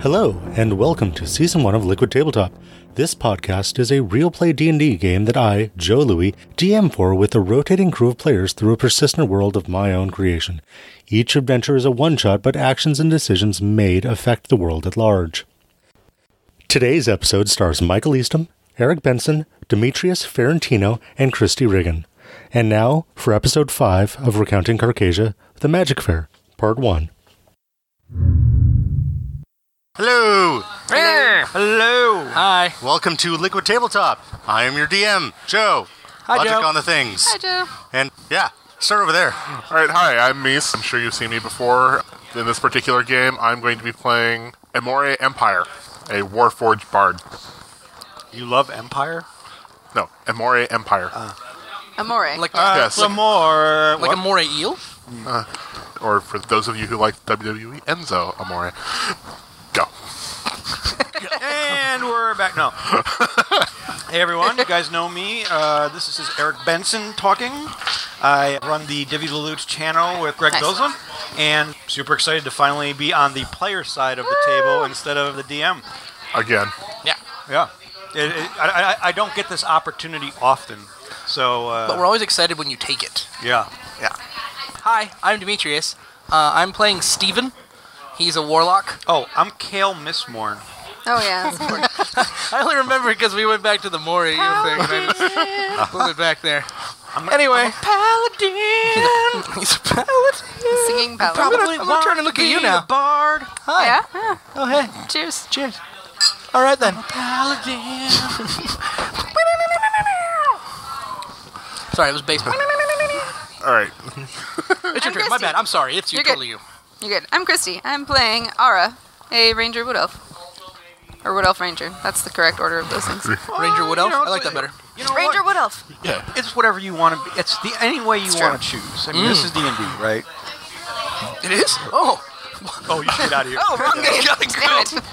Hello and welcome to season 1 of Liquid Tabletop. This podcast is a real play D&D game that I, Joe Louis, DM for with a rotating crew of players through a persistent world of my own creation. Each adventure is a one-shot, but actions and decisions made affect the world at large. Today's episode stars Michael Eastham, Eric Benson, Demetrius Ferentino, and Christy Riggin. And now for episode 5 of Recounting Carcasia, The Magic Fair, part 1. Hello! Hello. Hi. Welcome to Liquid Tabletop. I am your DM, Joe. Hi, Logic Joe. on the things. I do. And yeah, start over there. All right, hi, I'm Meese. I'm sure you've seen me before. In this particular game, I'm going to be playing Amore Empire, a Warforged bard. You love Empire? No, Amore Empire, Uh, Amore. Like, yes. Some more. like a moray eel? or for those of you who like WWE, Enzo Amore. Go. and we're back. No. hey, everyone. You guys know me. Uh, this is Eric Benson talking. I run the Divvy to Loot channel with Greg Nice. Bilzman. And super excited to finally be on the player side of the table instead of the DM. Again. Yeah. Yeah. It, it, I, I, I don't get this opportunity often. So, But uh, we're always excited when you take it. yeah. Yeah. Hi, I'm Demetrius. Uh, I'm playing Steven. He's a warlock. Oh, I'm Kale Missmorn. Oh yeah. that's important. I only remember because we went back to the moray eel thing. Man. we went back there. anyway. paladin. He's a paladin. Singing ballad. I'm gonna turn and look at you now. Bard. Hi. Yeah. yeah. Oh, hey. Cheers. Cheers. All right, then. Sorry, it was baseball. All right. It's your I'm turn. My Christy. bad. I'm sorry. It's you. You're good. totally you. You good? I'm Christy. I'm playing Ara, a ranger wood elf, or wood elf ranger. That's the correct order of those things. Ranger Wood you Elf? know, I like that better. You know ranger what? wood elf. Yeah. it's whatever you want to be. It's Mm. the any way you It's want to choose. I mean, this is D and D, right? It is? Oh. Oh, you get out of here. Oh, wrong game. Gotta Damn it.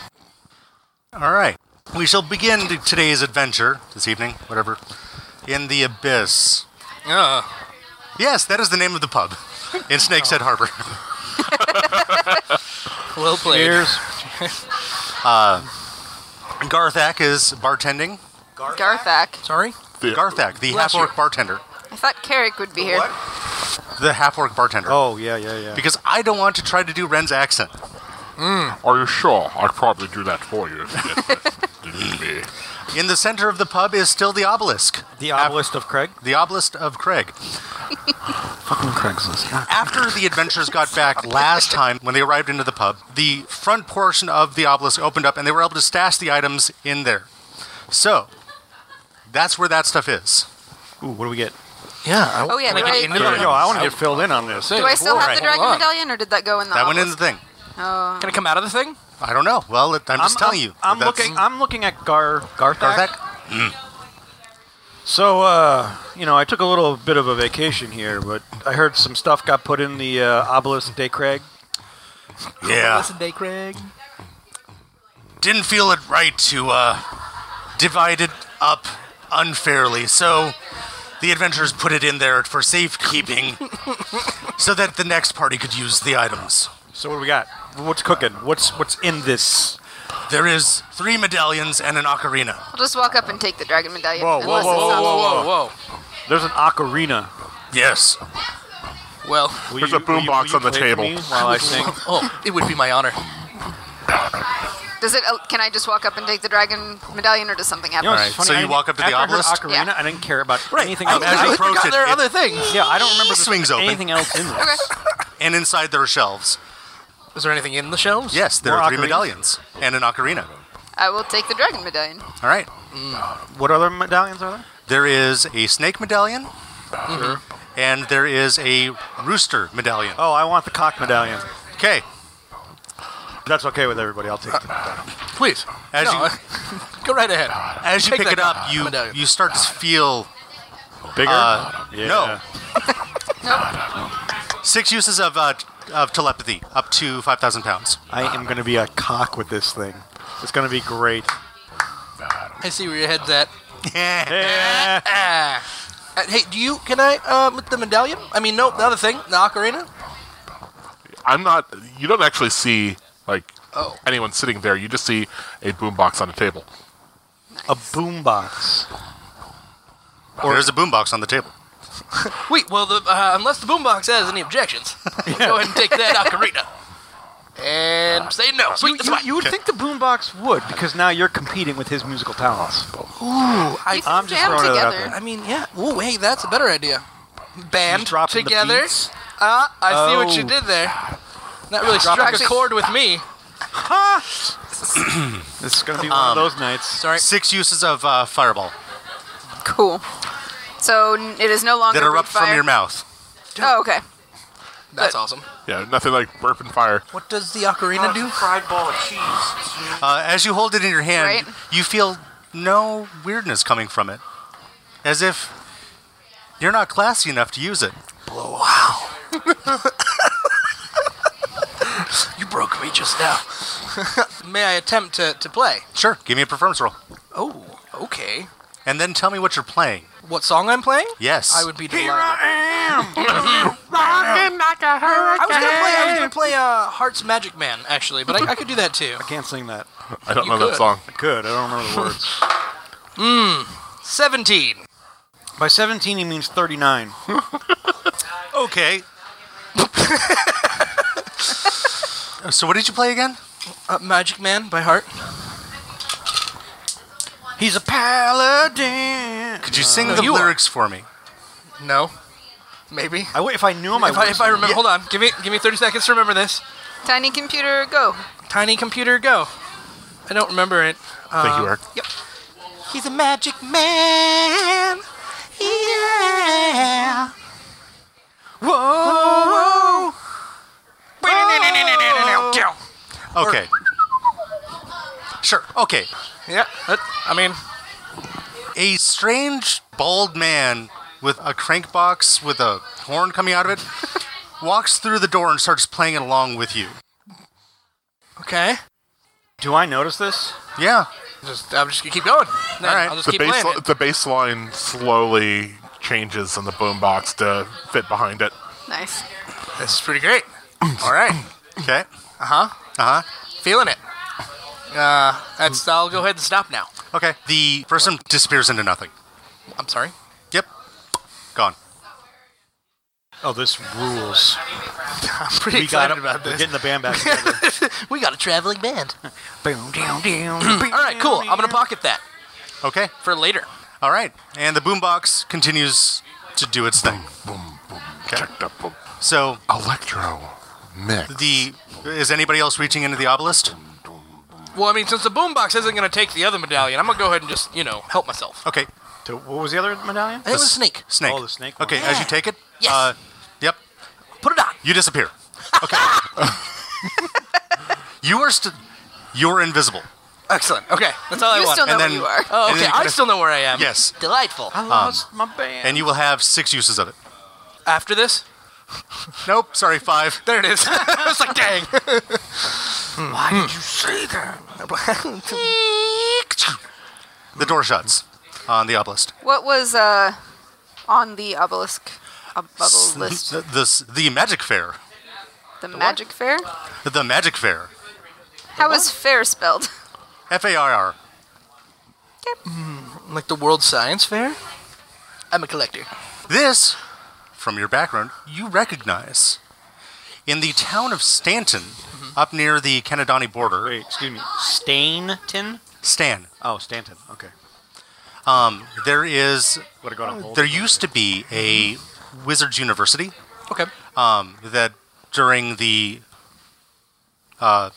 All right. We shall begin t- today's adventure, this evening, whatever, in the Abyss. Uh, Yes, that is the name of the pub in Snakehead Harbor. well played. Cheers. Garthak is bartending. Garthak. Sorry? The- Garthak, the half Bless you. orc bartender. I thought Carrick would be here. The half orc bartender. Oh, yeah, yeah, yeah. Because I don't want to try to do Ren's accent. Are you sure? I'd probably do that for you if you didn't need me. In the center of the pub is still the obelisk. the obelisk of Craig. The obelisk of Craig. Fucking Craigslist. After the adventurers got back last time, when they arrived into the pub, the front portion of the obelisk opened up and they were able to stash the items in there. So, that's where that stuff is. Ooh, what do we get? Yeah. I Oh, yeah, wanna do get I- into Yo, that. yo, I want to get filled in on this. Do I still have Right. the dragon Hold on. medallion, or did that go in the? That went in the thing. obelisk? Oh. Can it come out of the thing? I don't know. Well, it, I'm just telling you. I'm That's- looking. I'm looking at Gar Garthak. Garthak? So, uh, you know, I took a little bit of a vacation here, but I heard some stuff got put in the uh, obelisk de Craig. Yeah. day, Craig. Didn't feel it right to uh, divide it up unfairly, so the adventurers put it in there for safekeeping so that the next party could use the items. So what do we got? What's cooking? What's what's in this? There is three medallions and an ocarina. I'll just walk up and take the dragon medallion. Whoa, whoa, unless whoa, it's whoa, on whoa, me. whoa. Whoa. There's an ocarina. Yes. Well, Will There's you- a boom will you- box will you on the play for table. me While I sing. oh, it would be my honor. Does it? uh, Can I just walk up and take the dragon medallion, or does something happen? You know, it's Alright, funny, so I you didn't- walk up to the after I heard obelisk? Ocarina, Yeah. I didn't care about anything I, else. as I you forgot approach it, there are it- other things. yeah, I don't remember swings open. anything else in this. Okay. And inside there are shelves. Is there anything in the shelves? Yes, there More are three ocarinas? medallions and an ocarina. I will take the dragon medallion. All right. What other medallions are there? There is a snake medallion, Mm-hmm. and there is a rooster medallion. Oh, I want the cock medallion. Okay. That's okay with everybody. I'll take it. Please. As No, you- go right ahead. As you Take pick it that up, down. you Medallion. you start to feel Bigger? Uh, yeah. no. six uses of uh, t- of telepathy, up to five thousand pounds. I am going to be a cock with this thing. It's going to be great. I see where your head's at. Yeah. Yeah. Ah. Uh, hey, do you? Can I? Um, with the medallion? I mean, no, the other thing, the ocarina. I'm not. You don't actually see like Oh. anyone sitting there. You just see a boombox on a table. A boombox. There's a boombox on the table. Wait, well, the, uh, unless the boombox has any objections, go ahead and take that ocarina. Uh, And say no. Sweet, that's You, mine. you would think the boombox would, because now you're competing with his musical talents. Ooh, I, You can I I'm just jam throwing it out together. there. mean, yeah. Ooh, hey, that's a better idea. Band Just dropping the together. beats. Uh, I see what you Oh. did there. That really struck Actually- a chord with me. This is going to be one of those nights. Sorry. Six uses of uh, fireball Cool. So n- it is no longer that erupt Breathe from Fire. your mouth. Oh, okay. That's awesome. Yeah, nothing like burping fire. What does the ocarina do? fried ball of cheese. Uh, as you hold it in your hand, Right. you feel no weirdness coming from it, as if you're not classy enough to use it. You broke me just now. May I attempt to, to play? Sure, give me a performance roll, Oh, okay. and then tell me what you're playing. What song I'm playing? Yes, I would be delighted. Here I am, rocking like a hurricane. I was gonna play. I was gonna play uh, Heart's Magic Man actually, but I, I could do that too. Can't sing that. I don't You know could. that song. I could. I don't remember the words. Seventeen. By 17, he means 39. Okay. so what did you play again? Uh, Magic Man by Heart. He's a paladin. Could Uh, you sing no, the you are. lyrics for me? No. Maybe. I would, if I knew him, I If I, would. if I remember, hold on. Give me give me 30 seconds to remember this. Tiny computer, go. Tiny computer, go. I don't remember it. Thank you, Uh, Eric. He's a magic man. Yeah. Whoa. Whoa. Okay. Sure. Okay. Yeah. that- I mean, A strange bald man with a crank box with a horn coming out of it walks through the door and starts playing it along with you. okay. Do I notice this? Yeah. Just I'm just gonna keep going. Then All right. I'll just The keep bass, playing. the bass line slowly changes in the boombox to fit behind it. Nice. it. This is pretty great. All right. Okay. Uh huh. Uh huh. Feeling it. Uh, that's. I'll go ahead and stop now. Okay. The person disappears into nothing. I'm sorry. Yep. Gone. Oh, this rules. I'm pretty We got excited it. about We're this. getting the band back together. We got a traveling band. Boom, down, down. All right, cool. I'm gonna pocket that Okay. for later. All right. And the boombox continues to do its thing. Boom, boom, check the boom. So Electro mix. the is anybody else reaching into the obelisk? Well, I mean, since the boombox isn't gonna take the other medallion, I'm gonna go ahead and just you know help myself. Okay. To- what was the other medallion? It was a snake. Snake. Oh, the snake one. Okay, as you take it. Yes. Uh, yep. Put it on. You disappear. Okay. you are st- you're invisible. Excellent. Okay, that's all I You want. still know And where then- you are. oh, and then okay. you I can- still know where I am. Yes. Delightful. I lost my band. And you will have six uses of it. After this, Nope, sorry, five. there it is. I was like, dang. Hmm. Why did you say that? The door shuts on the obelisk. What was uh on the obelisk? Obelisk. The, the, the magic fair. The magic fair? The magic fair. How is fair spelled? F A R R. like the World Science Fair. I'm a collector. This, from your background, you recognize. In the town of Stanton, Mm-hmm. up near the Canadani border, Wait, excuse me. Stainton? Stan, Oh, Stanton. Okay. there is Would have gone Oh, on hold. there used to be a Mm-hmm. wizards university Okay. um, that during the uh,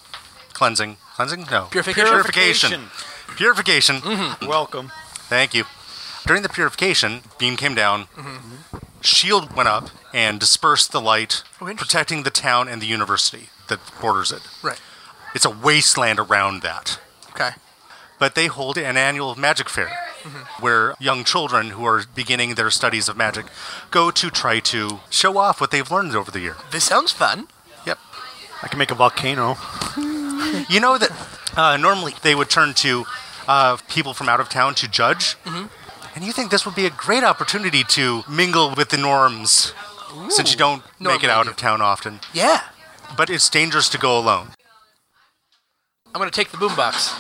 cleansing cleansing no Purification. Mm-hmm. purification purification Welcome. thank you during the purification beam came down shield went up and dispersed the light Mm-hmm. Oh, interesting. protecting the town and the university that borders it Right. it's a wasteland around that Okay. but they hold an annual magic fair where young children who are beginning their studies of magic go to try to show off what they've learned over the year. This sounds fun. Yep. I can make a volcano. You know that uh, normally they would turn to uh, people from out of town to judge, and you think this would be a great opportunity to mingle with the norms since you don't Norm make it out lady. of town often. Yeah. But it's dangerous to go alone. I'm gonna take the boombox.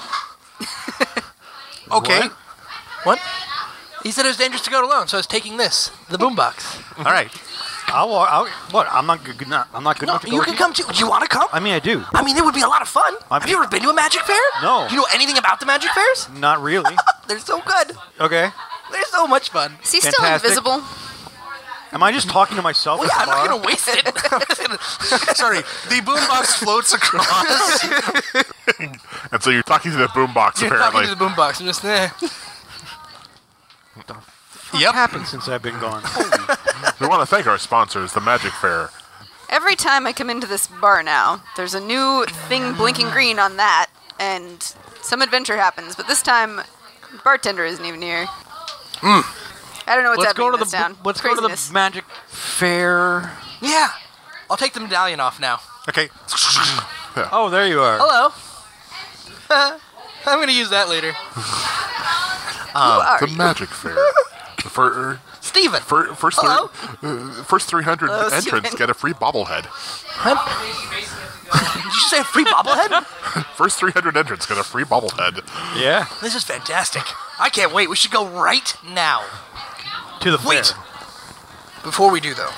Okay. What? He said it was dangerous to go it alone, so I was taking this, the boombox. All right. I'll, wa- I'll what? I'm not good. Not, I'm not good No, enough to go. you with can come too. Do you want to come? I mean, I do. I mean, it would be a lot of fun. I'm- Have you ever been to a magic fair? No. Do you know anything about the magic fairs? Oh, Not really. They're so good. Okay. They're so much fun. Is he still Fantastic. invisible? Am I just talking to myself? Well, at yeah, the I'm not bar? gonna waste it. I'm just gonna- Sorry. The boombox floats across. And so you're talking to the boombox, You're talking apparently. to the boombox. I'm just eh. there. Yep. Happened since I've been gone. we want to thank our sponsors, the Magic Fair. Every time I come into this bar now, there's a new thing blinking green on that, and some adventure happens. But this time, bartender isn't even here. I don't know what's Hmm. Let's happening go to in the this town. bo- let's go to Craziness. the magic fair. Yeah, I'll take the medallion off now. okay. Oh, there you are. Hello. I'm gonna use that later. Who are The you? Magic Fair. The fir- Steven. fir- first, three- Hello? uh, first 300 Uh, entrants Steven. get a free bobblehead. Did you say a free bobblehead? First 300 entrants get a free bobblehead. Yeah. this is fantastic. I can't wait. We should go right now. To the fair. Wait. Before we do though,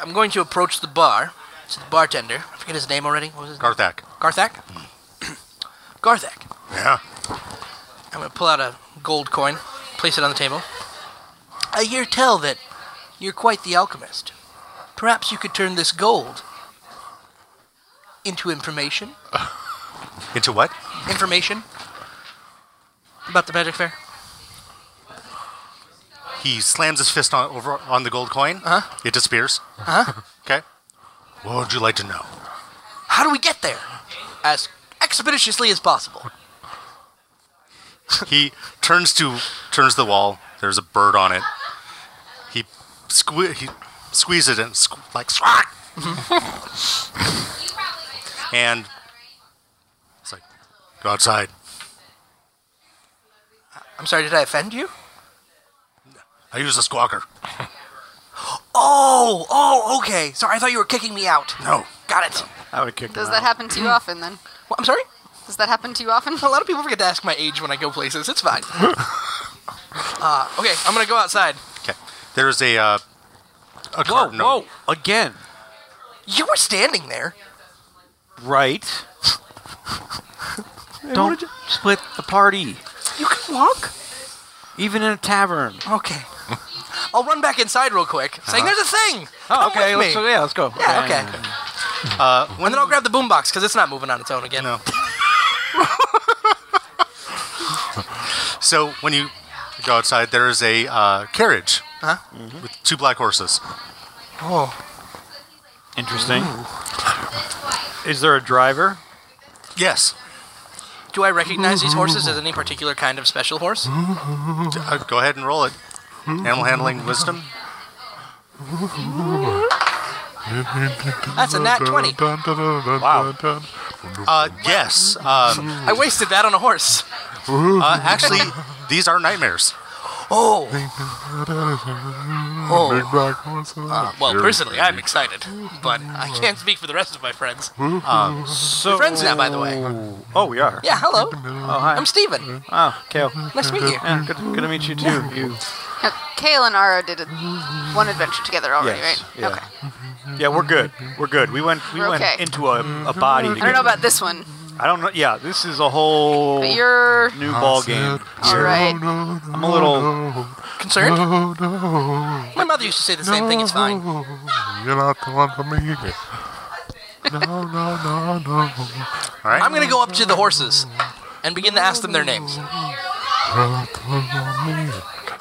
I'm going to approach the bar to the bartender. I forget his name already. What was his name? Garthak. Garthak. Garthak. Yeah. I'm gonna pull out a gold coin, place it on the table. I hear tell that you're quite the alchemist. Perhaps you could turn this gold into information. Into what? Information about the magic fair. He slams his fist on over on the gold coin. Uh-huh. It disappears. Uh-huh. Huh? Okay. What would you like to know? How do we get there? As expeditiously as possible. He turns to turns the wall. There's a bird on it. He sque- he squeezes it and squ- like swat. and it's like go outside. I'm sorry, did I offend you? I use the squawker. Oh, oh, okay. Sorry, I thought you were kicking me out. No. Got it. I would have kicked Does him that out. happen to you Hmm. often then? Well, I'm sorry? Does that happen to you often? A lot of people forget to ask my age when I go places. It's fine. uh, okay, I'm gonna go outside. Okay. There's a uh, a Whoa, cardinal. whoa, again. You were standing there. Right. Don't split the party, You can walk. even in a tavern. Okay. I'll run back inside real quick, saying there's a thing. Oh, Come okay. with Let's, me. go- yeah, let's go. Yeah, okay. Uh, and then I'll grab the boombox because it's not moving on its own again. No. so when you go outside, there is a uh, carriage Huh? Uh-huh. with two black horses. Oh, Interesting. Is there a driver? Yes. do I recognize these horses as any particular kind of special horse? Uh, go ahead and roll it. Animal handling wisdom. That's a nat twenty. Wow. Uh, yes. Um, I wasted that on a horse. uh, actually, these are nightmares. Oh. Oh. Well, personally, I'm excited, but I can't speak for the rest of my friends. So Friends now, by the way. Oh, we are. Yeah, hello. Oh, hi. I'm Steven. oh, Kale. Nice to meet you. Yeah, good, good to meet you too. You. No, Kale and Ara did a, one adventure together already, Yes, right? yeah. Okay. Yeah, we're good. We're good. We went. We We're went okay. into a, a body. I don't know about this one, I don't know. Yeah, this is a whole but you're new ball game. all right. I'm a little. Concerned? My mother used to say the same thing. It's fine. You're not the one for me. No, no, no, no. All right. I'm gonna go up to the horses and begin to ask them their names.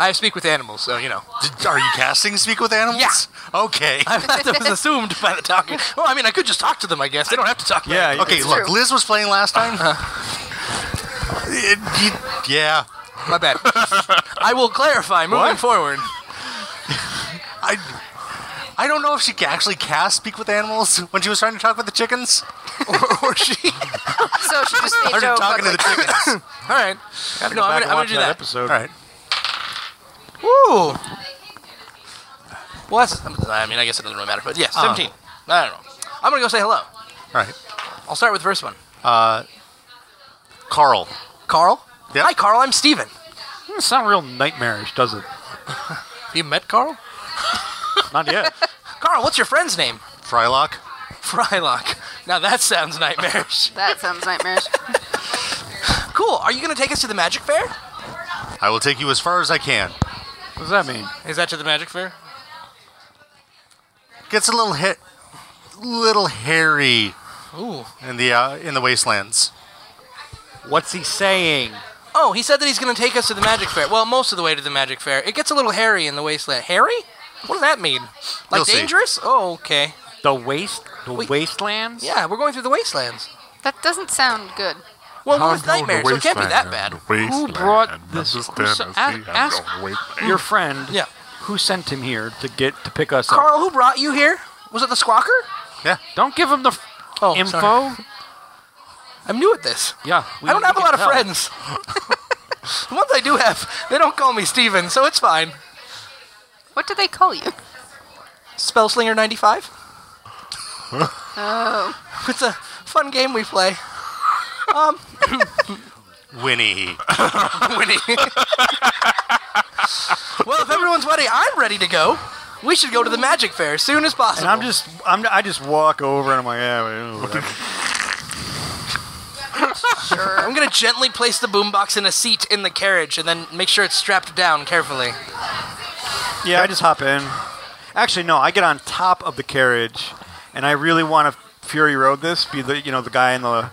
I speak with animals, so you know. D- Are you casting speak with animals? Yeah. Okay. that was assumed by the talking. Well, I mean, I could just talk to them, I guess. They don't have to talk. back. Yeah. Okay. it's- Look, true. Liz was playing last time. It- you- yeah. my bad. I will clarify moving What? forward. I I don't know if she ca- actually cast speak with animals when she was trying to talk with the chickens. or she. So she just made Started Joe talking to the look like- chickens. All right. No, I'm back gonna, and I'm gonna watch do that. All episode. right. Woo. Well, that's, I mean, I Uh-huh. guess it doesn't really matter, but yes, 17. I don't know. I'm gonna go say hello. All right. I'll start with the first one. Carl. Carl? Yep. Hi, Carl. I'm Steven. It's not real nightmarish, does it? Have you met Carl? Not yet. Carl, what's your friend's name? Frylock. Frylock. Now that sounds nightmarish. That sounds nightmarish. cool. Are you going to take us to the Magic Fair? I will take you as far as I can. what does that mean? Is that to the Magic Fair? Gets a little hit, little hairy Ooh. in the uh, in the wastelands. What's he saying? Oh, he said that he's going to take us to the Magic Fair. Well, most of the way to the Magic Fair. It gets a little hairy in the wasteland. Hairy? What does that mean? Like You'll see. dangerous? Oh, okay. The waste, the Wait. wastelands. Yeah, we're going through the wastelands. That doesn't sound good. Well, I'm we're with going to nightmares, so it can't be that wasteland, bad. wasteland. Who brought I'm this- just who s- Tennessee, a- I'm ask- going wasteland. Your friend. Yeah. Who sent him here to get to pick us up? Carl, who brought you here? Was it the squawker? Yeah. Don't give him the f- Oh, info. sorry. I'm new at this. Yeah. we- I don't we have a can lot of tell. friends. the ones I do have, they don't call me Steven, so it's fine. What do they call you? Spellslinger95. Oh, It's a fun game we play. Um, Winnie. Winnie. well, if everyone's ready, I'm ready to go. We should go to the magic fair as soon as possible. And I'm just, I'm, I just walk over and I'm like, yeah, whatever. I'm gonna gently place the boombox in a seat in the carriage, and then make sure it's strapped down carefully. Yeah, I just hop in. Actually, no, I get on top of the carriage, and I really want to Fury Road this, be the you know the guy in the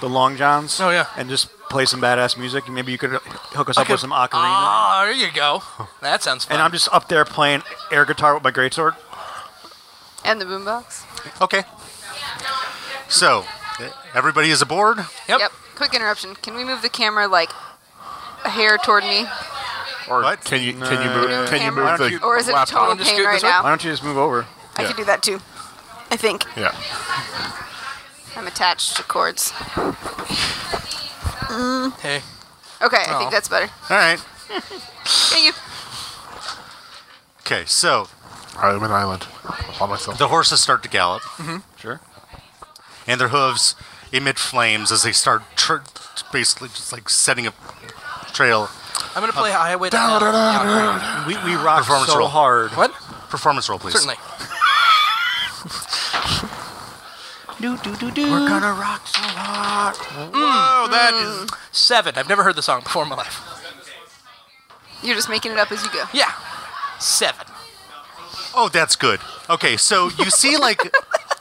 the long johns. Oh, yeah. And just play some badass music. and Maybe you could hook us up could- with some ocarina. Ah, there you go. That sounds fun. and I'm just up there playing air guitar with my greatsword. and the boombox. Okay. So, everybody is aboard. Yep. Quick interruption. Can we move the camera like a hair toward me, Or What? can you can you move can you Camera. move Why don't the you- or is it a laptop? total Just pain scoot right this way? Why now? don't you just move over? I could do that too. I think Yeah. I'm attached to cords. Hey. Okay, I Oh. think that's better. All right. Thank you. Okay. So I'm an island. All myself. the horses start to gallop, Sure. and their hooves emit flames as they start tr- basically just like setting a trail. I'm gonna play Highway to Hell. We, we rock Performance so roll. hard. What? Performance roll, please. Certainly. Do, do, do, do. We're gonna rock so hard. Mm. Whoa, that is. Seven. I've never heard the song before in my life. You're just making it up as you go. Yeah. Seven. Oh, that's good. Okay, so you see like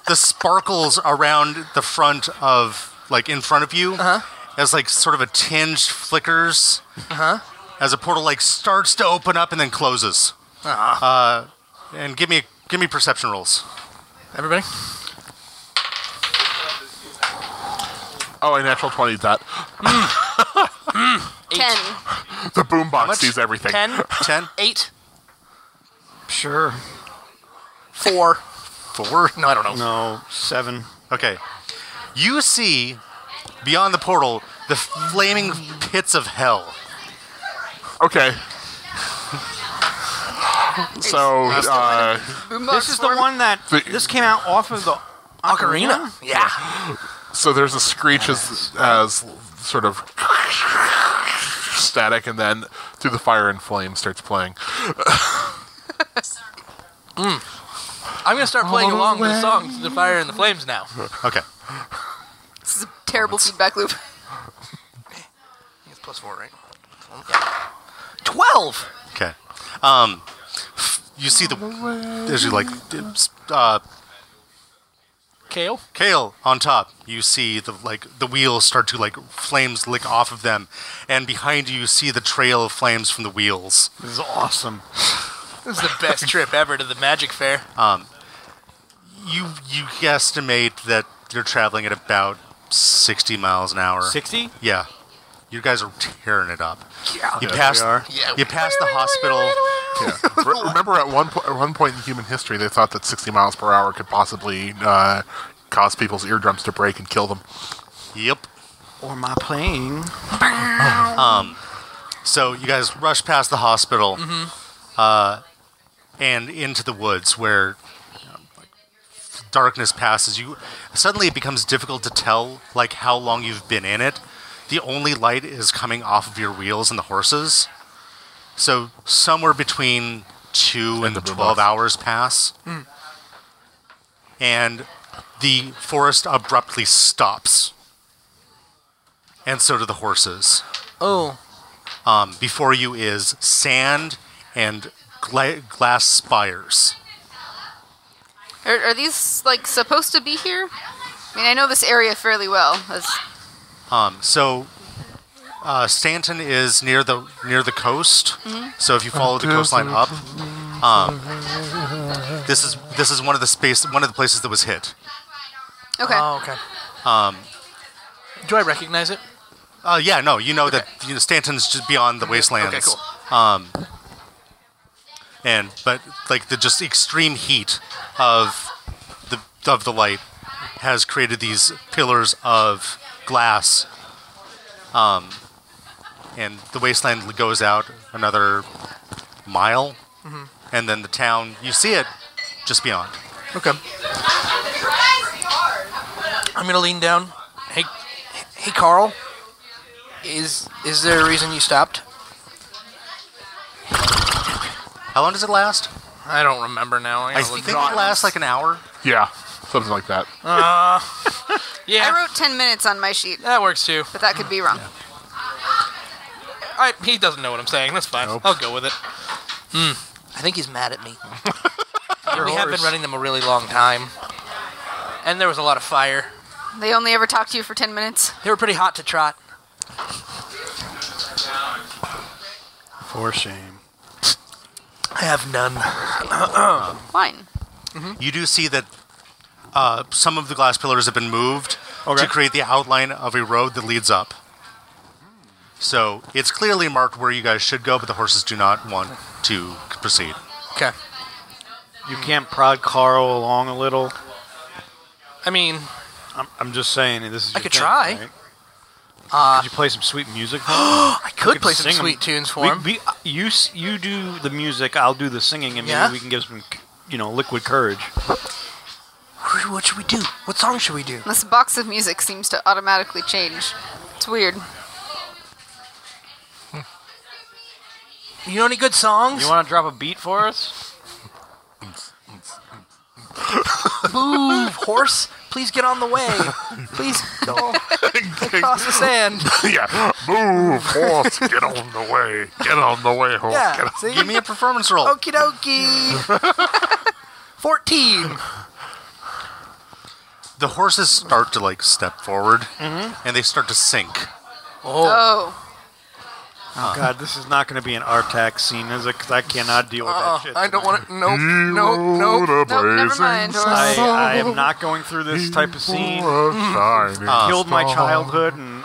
the sparkles around the front of like in front of you Uh-huh. as like sort of a tinge flickers Uh-huh. as a portal like starts to open up and then closes. Ah. Uh, and give me give me perception rolls. Everybody? Oh, a natural twenty. That Ten. the boombox sees everything. Ten, Ten, eight, Sure. four. four. No, I don't know. No, seven. Okay, you see beyond the portal the flaming pits of hell. Okay. So uh, Boombox. This is the one that. The- This came out off of the Ocarina? Yeah. so there's a screech as as sort of static, and then through the fire and flame starts playing. I'm going to start playing along with the song, The Fire and the Flames, now. Okay, This is a terrible feedback loop. It's plus four, right? Twelve! Okay. Um, you see the as you like uh, Kale? Kale on top. You see the like the wheels start to like flames lick off of them, and behind you you see the trail of flames from the wheels. This is awesome. This is the best trip ever to the Magic Fair. You you estimate that you're traveling at about sixty miles an hour. Sixty. Yeah. You guys are tearing it up. Yeah. You Yeah, pass. we are. Yeah. You pass the hospital. Yeah. Re- Remember, at one po- at one point in human history, they thought that 60 miles per hour could possibly uh, cause people's eardrums to break and kill them. Yep. Or my playing. So you guys rush past the hospital, uh, and into the woods where you know, like, darkness passes, you suddenly it becomes difficult to tell like how long you've been in it. The only light is coming off of your wheels and the horses. So somewhere between two and, the blue 12 box. hours pass. And the forest abruptly stops. And so do the horses. Oh, Um, before you is sand and gla- glass spires. Are, are these like supposed to be here? I mean, I know this area fairly well. That's- Um, so uh, Stanton is near the near the coast. So if you follow the coastline up, um, this is this is one of the space one of the places that was hit. okay. oh, okay. Um, do I recognize it? Uh, yeah, no, you know that you know, Stanton's just beyond the wastelands. Um, cool. and but like the just extreme heat of the of the light has created these pillars of glass um, and the wasteland goes out another mile and then the town you see it just beyond Okay. I'm gonna lean down. Hey, hey, Carl. Is is there a reason you stopped? how long does it last I don't remember now. i think it lasts like an hour Yeah, something like that. yeah, I wrote 10 minutes on my sheet, that works too. but that could be wrong. I, he doesn't know what I'm saying. That's fine. I'll go with it. Hmm. I think he's mad at me. Yeah, we have been running them a really long time, and there was a lot of fire. They only ever talk to you for 10 minutes. They were pretty hot to trot. For shame. I have none. Fine. you do see that uh, some of the glass pillars have been moved Okay. to create the outline of a road that leads up. So it's clearly marked where you guys should go, but the horses do not want to proceed. Okay. You can't prod Carl along a little. I mean, I'm, I'm just saying this is. I your could thing, try. Uh, Right? could you play some sweet music? For I could play some sweet tunes for him. We, uh, you s- you do the music. I'll do the singing, and maybe Yeah? we can give some, you know, liquid courage. What should we do? What song should we do? This box of music seems to automatically change. It's weird. You know any good songs? You want to drop a beat for us? Move, horse. Please get on the way. Please go across the sand. yeah, move, horse, get on the way, get on the way, horse. Yeah. Get on- See? Give me a performance roll. Okie dokie. 14. The horses start to like step forward, Mm-hmm. and they start to sink. Oh, Oh God, this is not going to be an Artax scene, is it? 'Cause I cannot deal with that shit. Oh, Uh-uh, I don't want to. Nope. You Nope. rode Nope. a Nope, never blazing mind, horse. I, sun I am not going through this type of scene. for a shining Killed my star. childhood, and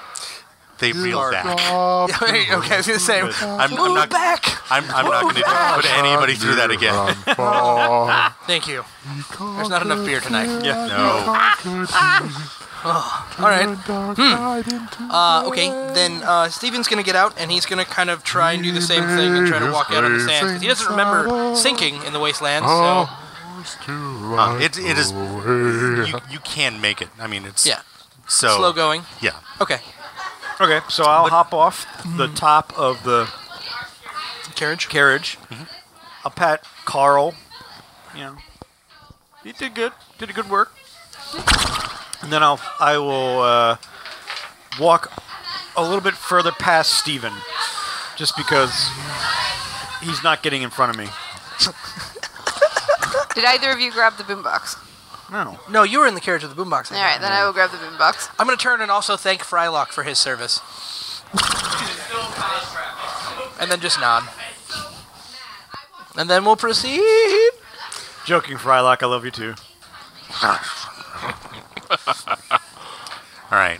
They reel back. Up Wait, okay, I was going to say, I'm, I'm move not. back. I'm, I'm not going to put anybody through that you again. run far. Thank you. There's not enough beer tonight. yeah, No. Hmm. All right. Hmm. Uh, okay, then uh, Steven's going to get out and he's going to kind of try and do the same thing and try to walk out on the sand. 'cause He doesn't remember sinking in the wastelands, so. Uh, it, it is. You, you can make it. I mean, it's. Yeah. So. Slow going. Yeah. Okay. Okay, so I'll hop off the Mm. top of the Carriage. carriage. I'll pat Carl. You know, he did good. Did a good work. And then I'll I will uh, walk a little bit further past Steven, just because he's not getting in front of me. did either of you grab the boombox? No. No, you were in the carriage with the boombox. All right, then I will grab the boombox. I'm going to turn and also thank Frylock for his service. and then just nod. And then we'll proceed. Joking, Frylock. I love you too. All right.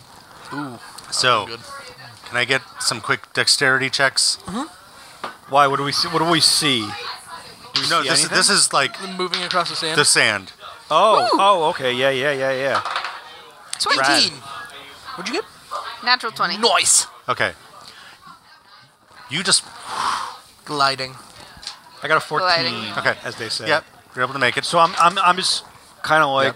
Ooh. So, can I get some quick dexterity checks? Why? What do we see? What do we see? Do we No, see this is anything? this is like Moving across the sand. the sand. Oh, oh, okay, yeah, yeah, yeah, yeah. 18. rad. What'd you Natural 20. get? Noise. Okay. You just Gliding. I got a fourteen, Gliding. Okay. as they say. yep. You're able to make it. So I'm, I'm, I'm just kind of like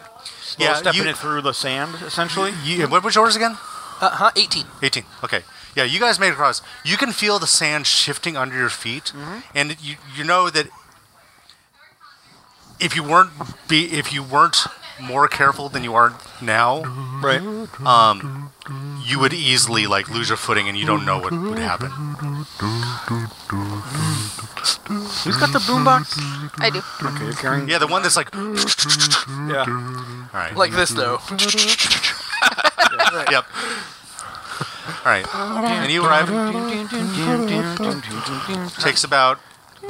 yeah, Yeah, stepping you- it through the sand essentially. You, what was yours again? Uh huh. 18. 18. Okay. Yeah, you guys made it across. You can feel the sand shifting under your feet, and you you know that if you weren't be if you weren't more careful than you are now, Right. you would easily like lose your footing, and you don't know what would happen. Who's got the boombox? I do. Okay, you're carrying. Yeah, the one that's like, all Yeah. right, Like this, though. yep. All right, and you arrive. Takes about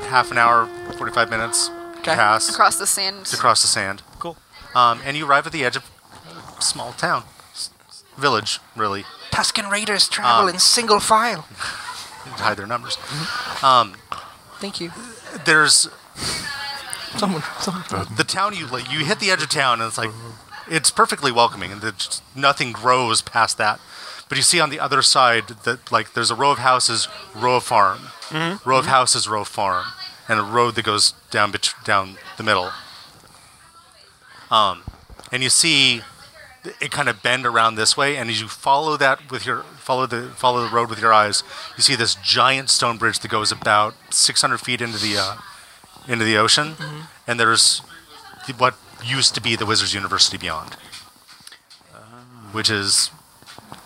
half an hour, forty-five minutes to Okay. pass Across the sand. to cross the sand. Cool. Um, and you arrive at the edge of a small town, S- s- village, really. Tuscan Raiders travel in single file. to Hide their numbers. Thank you. There's Someone, someone. the town you like, you hit the edge of town, and it's like it's perfectly welcoming, and there's just- nothing grows past that. But you see on the other side that like there's a row of houses, row of farm, Mm-hmm. row of houses, row of farm, and a road that goes down bet- down the middle. Um, and you see th- it kind of bend around this way, and as you follow that with your follow the follow the road with your eyes, you see this giant stone bridge that goes about 600 feet into the uh, into the ocean, and there's the- what used to be the Wizards University beyond, which is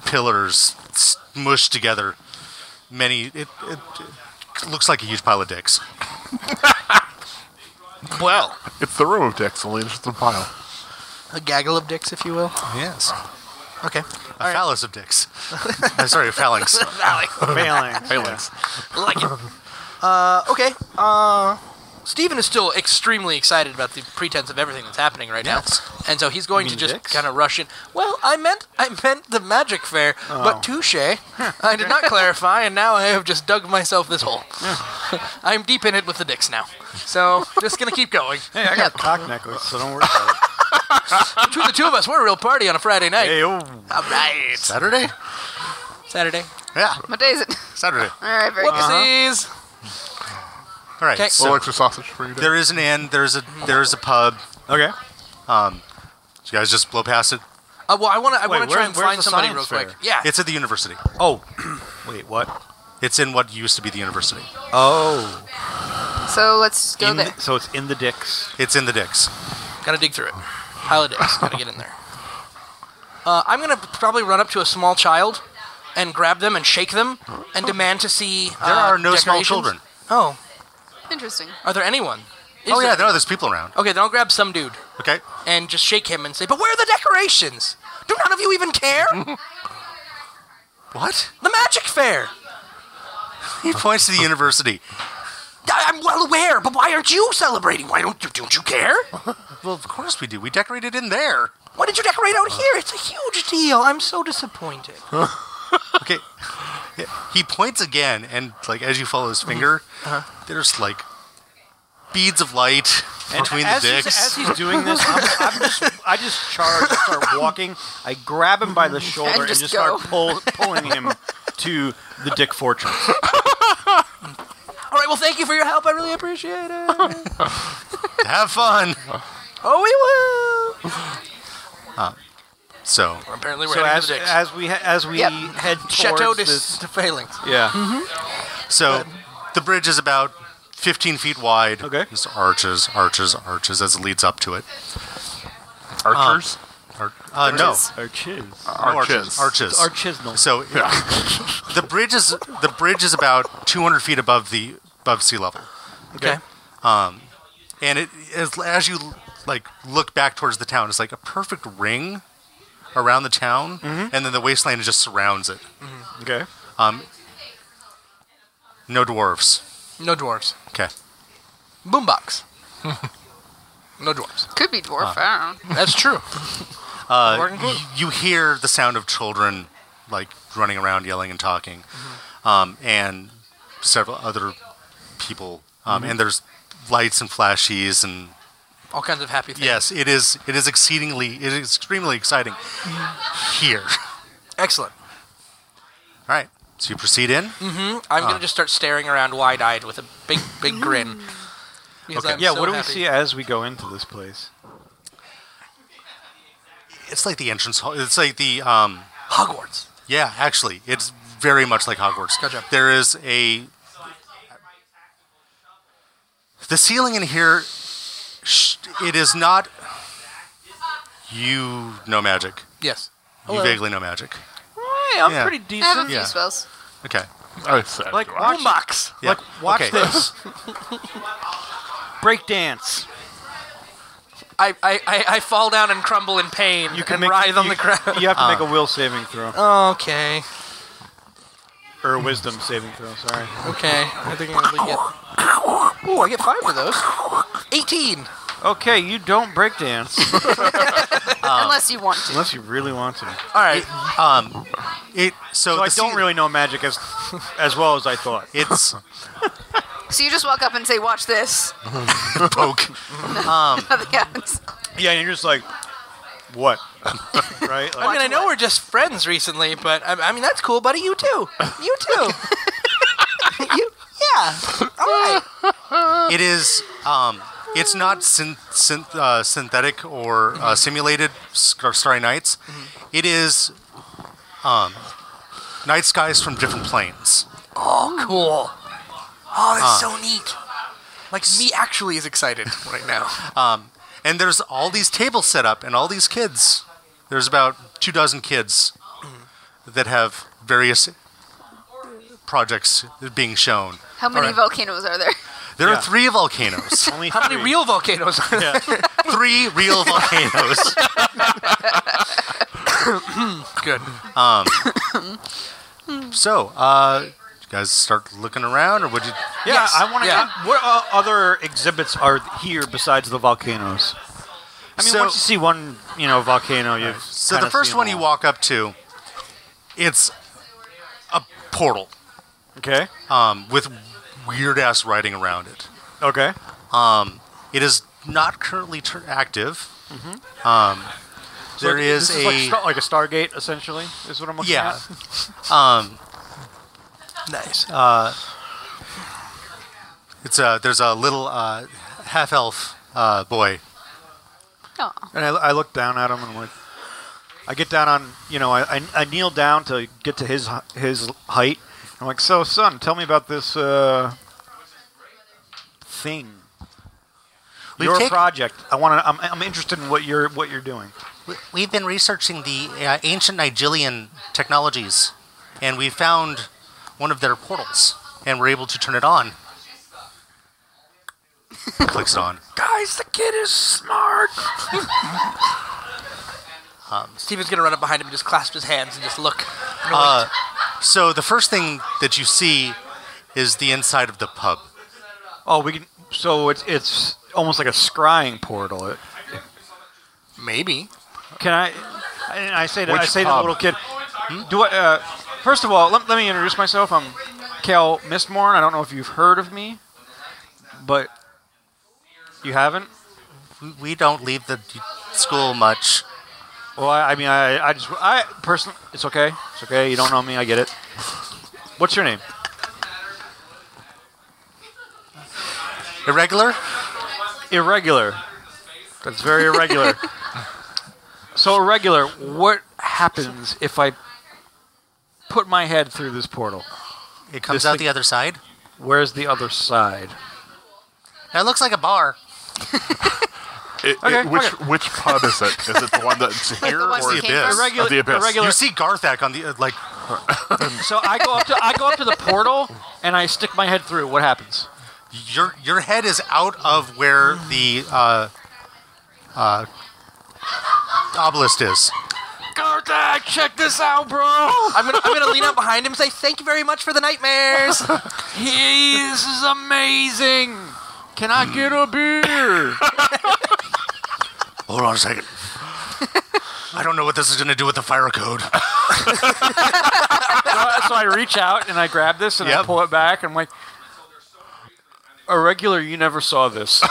pillars s- mushed together. Many it, it, it looks like a huge pile of dicks. Well, It's the room of dicks, only it's just a pile. a gaggle of dicks, if you will. Yes, a Okay. phallus of dicks. I'm sorry, a phalanx. Failing. Phalanx. like it. Uh, okay. Uh, Steven is still extremely excited about the pretense of everything that's happening right Yes. now, and so he's going to mean just dicks? kind of rush in. Well, I meant I meant the magic fair, Oh. but touche. I did not clarify, and now I have just dug myself this hole. I'm deep in it with the dicks now, so just gonna keep going. Hey, I got a cock necklace, so don't worry about it. Between the two of us, we're a real party on a Friday night. Hey, oh, All right, Saturday? Saturday. Yeah, What day is it? Saturday. All right, very good. Whoopsies. Uh-huh. All right. Okay. so Little extra sausage for you. there is an inn. There's a there's a pub. Okay. Did you guys just blow past it. Uh, well, I want to. I Wait, want to where- try and where's find the somebody real science quick. fair? Yeah. It's at the university. Oh, wait, what? It's in what used to be the university. Oh, So let's go in there. the, so it's in the dicks. It's in the dicks. Gotta dig through it. Pile of dicks. Gotta get in there. Uh, I'm gonna probably run up to a small child and grab them and shake them and demand to see. Uh, There are no small decorations. children. Oh, Interesting. are there anyone? Is Oh yeah, there- no, there's people around. Okay, then I'll grab some dude Okay. and just shake him and say, "But where are the decorations? Do none of you even care? What? the magic fair. He points to the university. I- I'm well aware, but why aren't you celebrating? Why don't you? Don't you care? Well, of course we do. We decorated in there. Why did you decorate out here? It's a huge deal. I'm so disappointed. Okay. Yeah, He points again, and like as you follow his finger, Uh-huh. there's like beads of light between the as dicks. He's, as he's doing this, I'm, I'm just, I just charge, start walking. I grab him by the shoulder and just just, go. start pull, pulling him to the dick fortress. All right. Well, thank you for your help. I really appreciate it. Have fun. oh, we will. So Apparently, we're So heading as, to the dicks. as we ha- as we Yep. head towards Chateau de this, de Phalanx. yeah, so the bridge is about 15 feet wide. Okay. Just arches, arches, arches as it leads up to it. Archers? Ar- uh, no. arches, No Arches. Arches. archisnal. So it- the bridge is the bridge is about 200 feet above the above sea level, Okay. and it as, as you like look back towards the town, it's like a perfect ring around the town, Mm-hmm. and then the wasteland just surrounds it. Okay, No dwarves. No dwarves. Okay. Boombox. no dwarves. Could be dwarf. I don't know. That's true. Uh, y- you hear the sound of children like running around, yelling and talking, um, and several other people. Um, And there's lights and flashies and All kinds of happy things. Yes, it is. It is exceedingly. It is extremely exciting. Here. All Excellent. right. So you proceed in. I'm Uh. gonna just start staring around wide-eyed with a big, big grin. Because Okay. I'm yeah. so what do we happy. see as we go into this place? It's like the entrance hall. It's like the um, Hogwarts. Yeah, actually, it's very much like Hogwarts. Gotcha. There is a. The ceiling in here, sh- it is not. You know magic. Yes. You vaguely know magic. Hey, I'm Yeah. pretty I have a decent. few Yeah. spells. Okay. I said, Like do I? watch, Yeah. like watch Okay. this. Break dance. I, I, I, I fall down and crumble in pain you can and writhe on you- the ground. You have to make a will saving throw Okay. or a wisdom saving throw. Sorry. Okay. I think I really get. Ooh, I get five of those. 18. Okay, you don't break dance Unless you want to. unless you really want to. All right. Um, it so, So I the don't ceil- really know magic as as well as I thought. It's So you just walk up and say, "Watch this." poke. Um, Nothing happens. Yeah, and you're just like, what? right? I mean, I Like, know we're just friends recently, but I, I mean, that's cool, buddy. You too. You too. you, yeah. All right. It is. Um, it's not synth, synth, uh, synthetic or uh, simulated sc- Starry Nights. It is um, night skies from different planes. Oh, cool. Oh, that's so neat. Like, me actually is excited right now. And there's all these tables set up and all these kids. There's about two dozen kids that have various projects being shown. How many Alright. volcanoes are there? There Yeah. are three volcanoes. only How many three. real volcanoes are there? three real volcanoes. Good. So, uh, you guys start looking around, or would you? Yeah, Yes. I want to. Yeah. What uh, other exhibits are here besides the volcanoes? I mean, So- once you see one, you know, volcano, you've So the first one you walk up to, it's a portal Okay. um, with weird ass writing around it. Okay. It is not currently tur active. Um, So there Mm-hmm. is this a like, star- like a Stargate, essentially, is what I'm looking yeah. at. Nice. It's a there's a little uh, half elf uh, boy. Oh, And I, I look down at him and I'm like, I get down on, you know, I, I, I kneel down to get to his hu- his height. I'm like, so son, tell me about this uh, thing. We've your taken- project. I want to. I'm, I'm interested in what you're what you're doing. We- We've been researching the uh, ancient Nigelian technologies, and we found one of their portals, and we're able to turn it on. Clicks on. Guys, the kid is smart. Steven's gonna run up behind him and just clasp his hands and just look. and wait. So the first thing that you see is the inside of the pub. Oh, we can. So it's it's almost like a scrying portal. It- Maybe. Can I? And I say to, I Which say to the pub? little kid, do I? Uh, first of all, let, let me introduce myself. I'm Cal Mistmore. and I don't know if you've heard of me, but you haven't. We- We don't leave the d- school much. Well, I, I mean, I, I just I personally, it's okay. It's okay. You don't know me. I get it. What's your name? Irregular? Irregular. That's very irregular. so irregular. What happens if I put my head through this portal? It comes This out thing- the other side. Where's the other side? That looks like a bar. It- it- Okay, which okay. which pub is it? Is it the one that's here one or that came Abyss. from- Irreg- Of the abyss. irregular. You see Garthak on the uh, like. So I go up to I go up to the portal and I stick my head through. What happens? Your your head is out of where the uh, uh, obelisk is. Garthak, check this out, bro. I'm gonna, I'm gonna lean up behind him and say, Thank you very much for the nightmares. Hey, this is amazing. Can I get a beer? Hold on a second. I don't know what this is going to do with the fire code. Uh, so I reach out and I grab this and I Yep. pull it back. And I'm like, a regular, you never saw this. and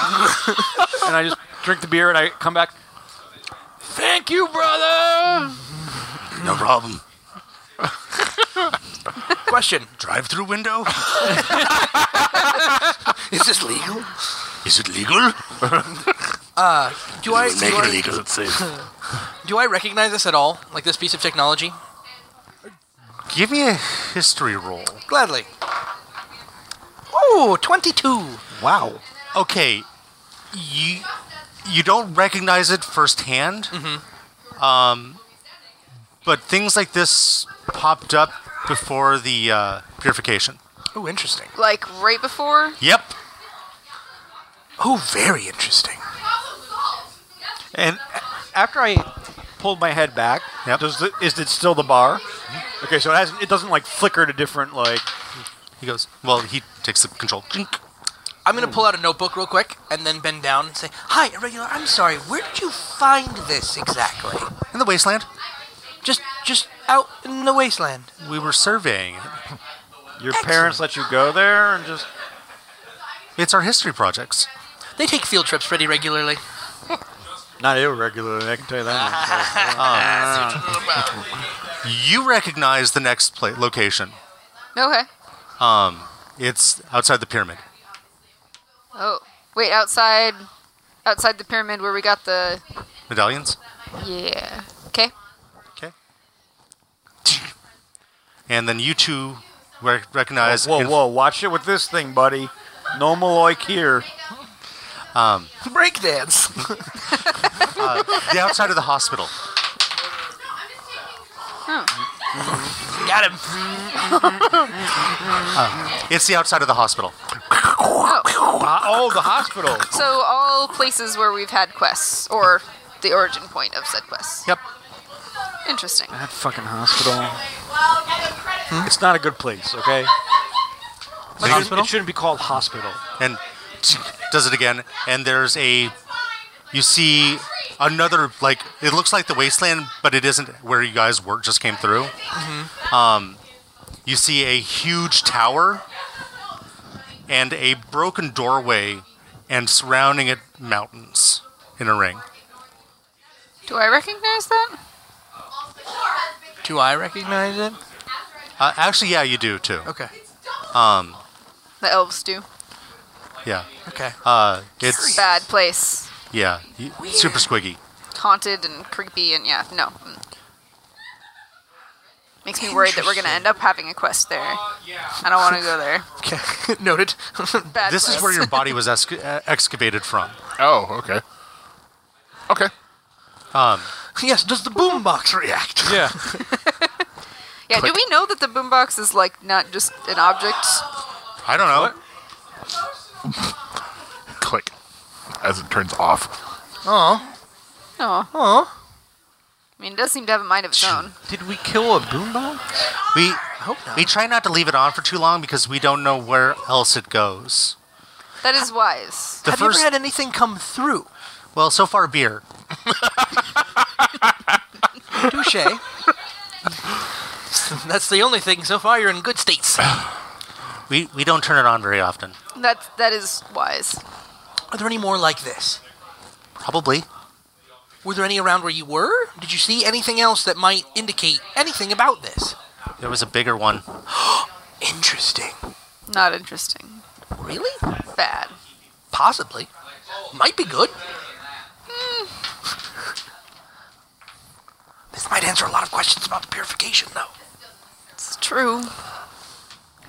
I just drink the beer and I come back. Thank you, brother. No problem. Question Drive-through window? Is this legal? Uh, Is it legal? Do I, do I, legal. Do I recognize this at all? Like this piece of technology? Give me a history roll. Gladly. Oh, Ooh, 22. Wow. Okay, you you don't recognize it firsthand. Um, Mm-hmm. but things like this popped up before the uh, purification. Ooh, interesting. Like right before? Yep. Ooh, very interesting. And a- after I pulled my head back, Yep. does the, is it still the bar? Okay, so it has it doesn't like flicker to different like. He goes. Well, he takes the control. I'm going to pull out a notebook real quick and then bend down and say, Hi, Irregular, I'm sorry, where did you find this exactly? In the wasteland, Just just out in the wasteland. we were surveying. it. Your parents let you go there and just. It's our history projects. They take field trips pretty regularly. Not irregularly, I can tell you that. You recognize the next pla location. Okay. It's outside the pyramid. Oh. Wait, outside outside the pyramid where we got the Medallions. Yeah. Okay. Okay. And then you two rec- recognize. whoa, in- whoa! Watch it with this thing, buddy. No Malloy here. Breakdance. The outside of the hospital. Got him. It's the outside of the hospital. Oh, the hospital. So all places where we've had quests or the origin point of said quests. Yep. Interesting. That fucking hospital. Hmm? It's not a good place, okay? It shouldn't- hospital? It shouldn't be called hospital. and does it again. And there's a, you see another like it looks like the wasteland, but it isn't where you guys work just came through. Um, you see a huge tower and a broken doorway, and surrounding it mountains in a ring. Do I recognize that? Do I recognize it? Uh, actually, yeah, you do too. Okay. The elves do. Yeah, Okay. uh, it's Bad place. yeah, you- super squiggy. Haunted and creepy and yeah, no. Mm. Makes me worried that we're gonna end up having a quest there. Uh, I don't want to go there. Okay. Noted. Bad This is place. where your body was ex- uh, excavated from. Oh, okay. Okay. yes, does the boombox react? Yeah. yeah. Do we know that the boombox is like not just an object? I don't know. Click. As it turns off. No. Oh. I mean, it does seem to have a mind of its own. Did we kill a boombox? We not. we try not to leave it on for too long because we don't know where else it goes. That is wise. The Have first you ever had anything come through? well, so far beer. Touche. That's the only thing so far you're in good states. Are We we don't turn it on very often. That that is wise. there any more like this? Probably. Were there any around where you were? Did you see anything else that might indicate anything about this? There was a bigger one. Interesting. Not interesting. Really? Bad. Possibly. Might be good. Hmm. This might answer a lot of questions about the purification, though. It's true.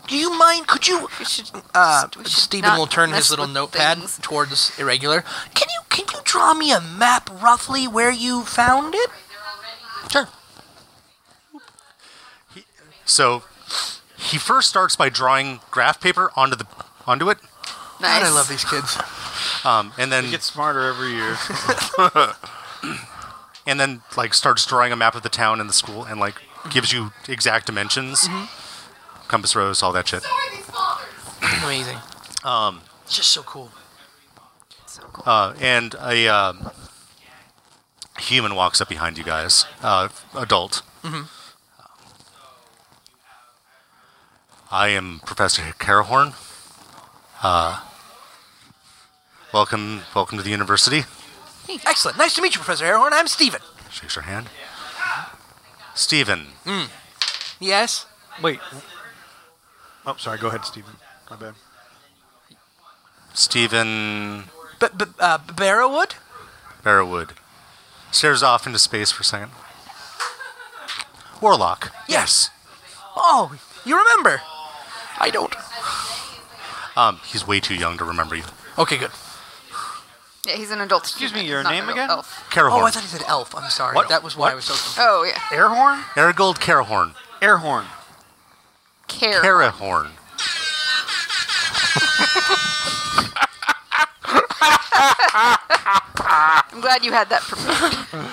Do you mind? Could you? We should. Uh, we should Stephen not will turn mess his little with notepad things. towards irregular. Can you can you draw me a map roughly where you found it? Sure. He- So he first starts by drawing graph paper onto the onto it, Nice. God, I love these kids. um, and then It gets smarter every year. and then like starts drawing a map of the town and the school and like gives you exact dimensions, Mm-hmm. compass rows, all that shit. Amazing. Um, it's just so cool. Uh, and a um, human walks up behind you guys, uh, adult. Mm-hmm. I am Professor Carahorn. Uh, welcome, welcome to the university. Excellent. Nice to meet you, Professor Airhorn. I'm Stephen. Shakes your hand. Stephen, Yes. Wait. Oh, sorry. Go ahead, Stephen. My bad. Stephen But but uh, Barrowwood. Barrowwood. stares off into space for a second. Warlock. Yes. Oh, you remember? I don't. Um, he's way too young to remember you. Okay, good. Yeah, he's an adult. Excuse me, human. your He's not name an again? elf. Carahorn. Oh, I thought he said elf. I'm sorry. What? That was why I was so confused. Oh yeah, Airhorn? Aragold Carahorn. Airhorn. care. Carahorn. I'm glad you had that prepared.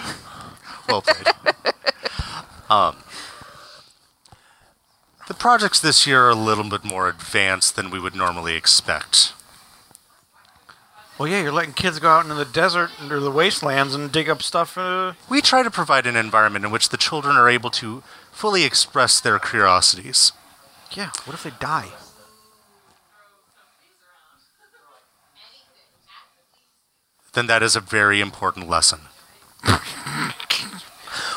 Well played. um, the projects this year are a little bit more advanced than we would normally expect. Well, yeah, you're letting kids go out into the desert under the wastelands and dig up stuff. Uh, We try to provide an environment in which the children are able to fully express their curiosities. yeah, what if they die? Then that is a very important lesson.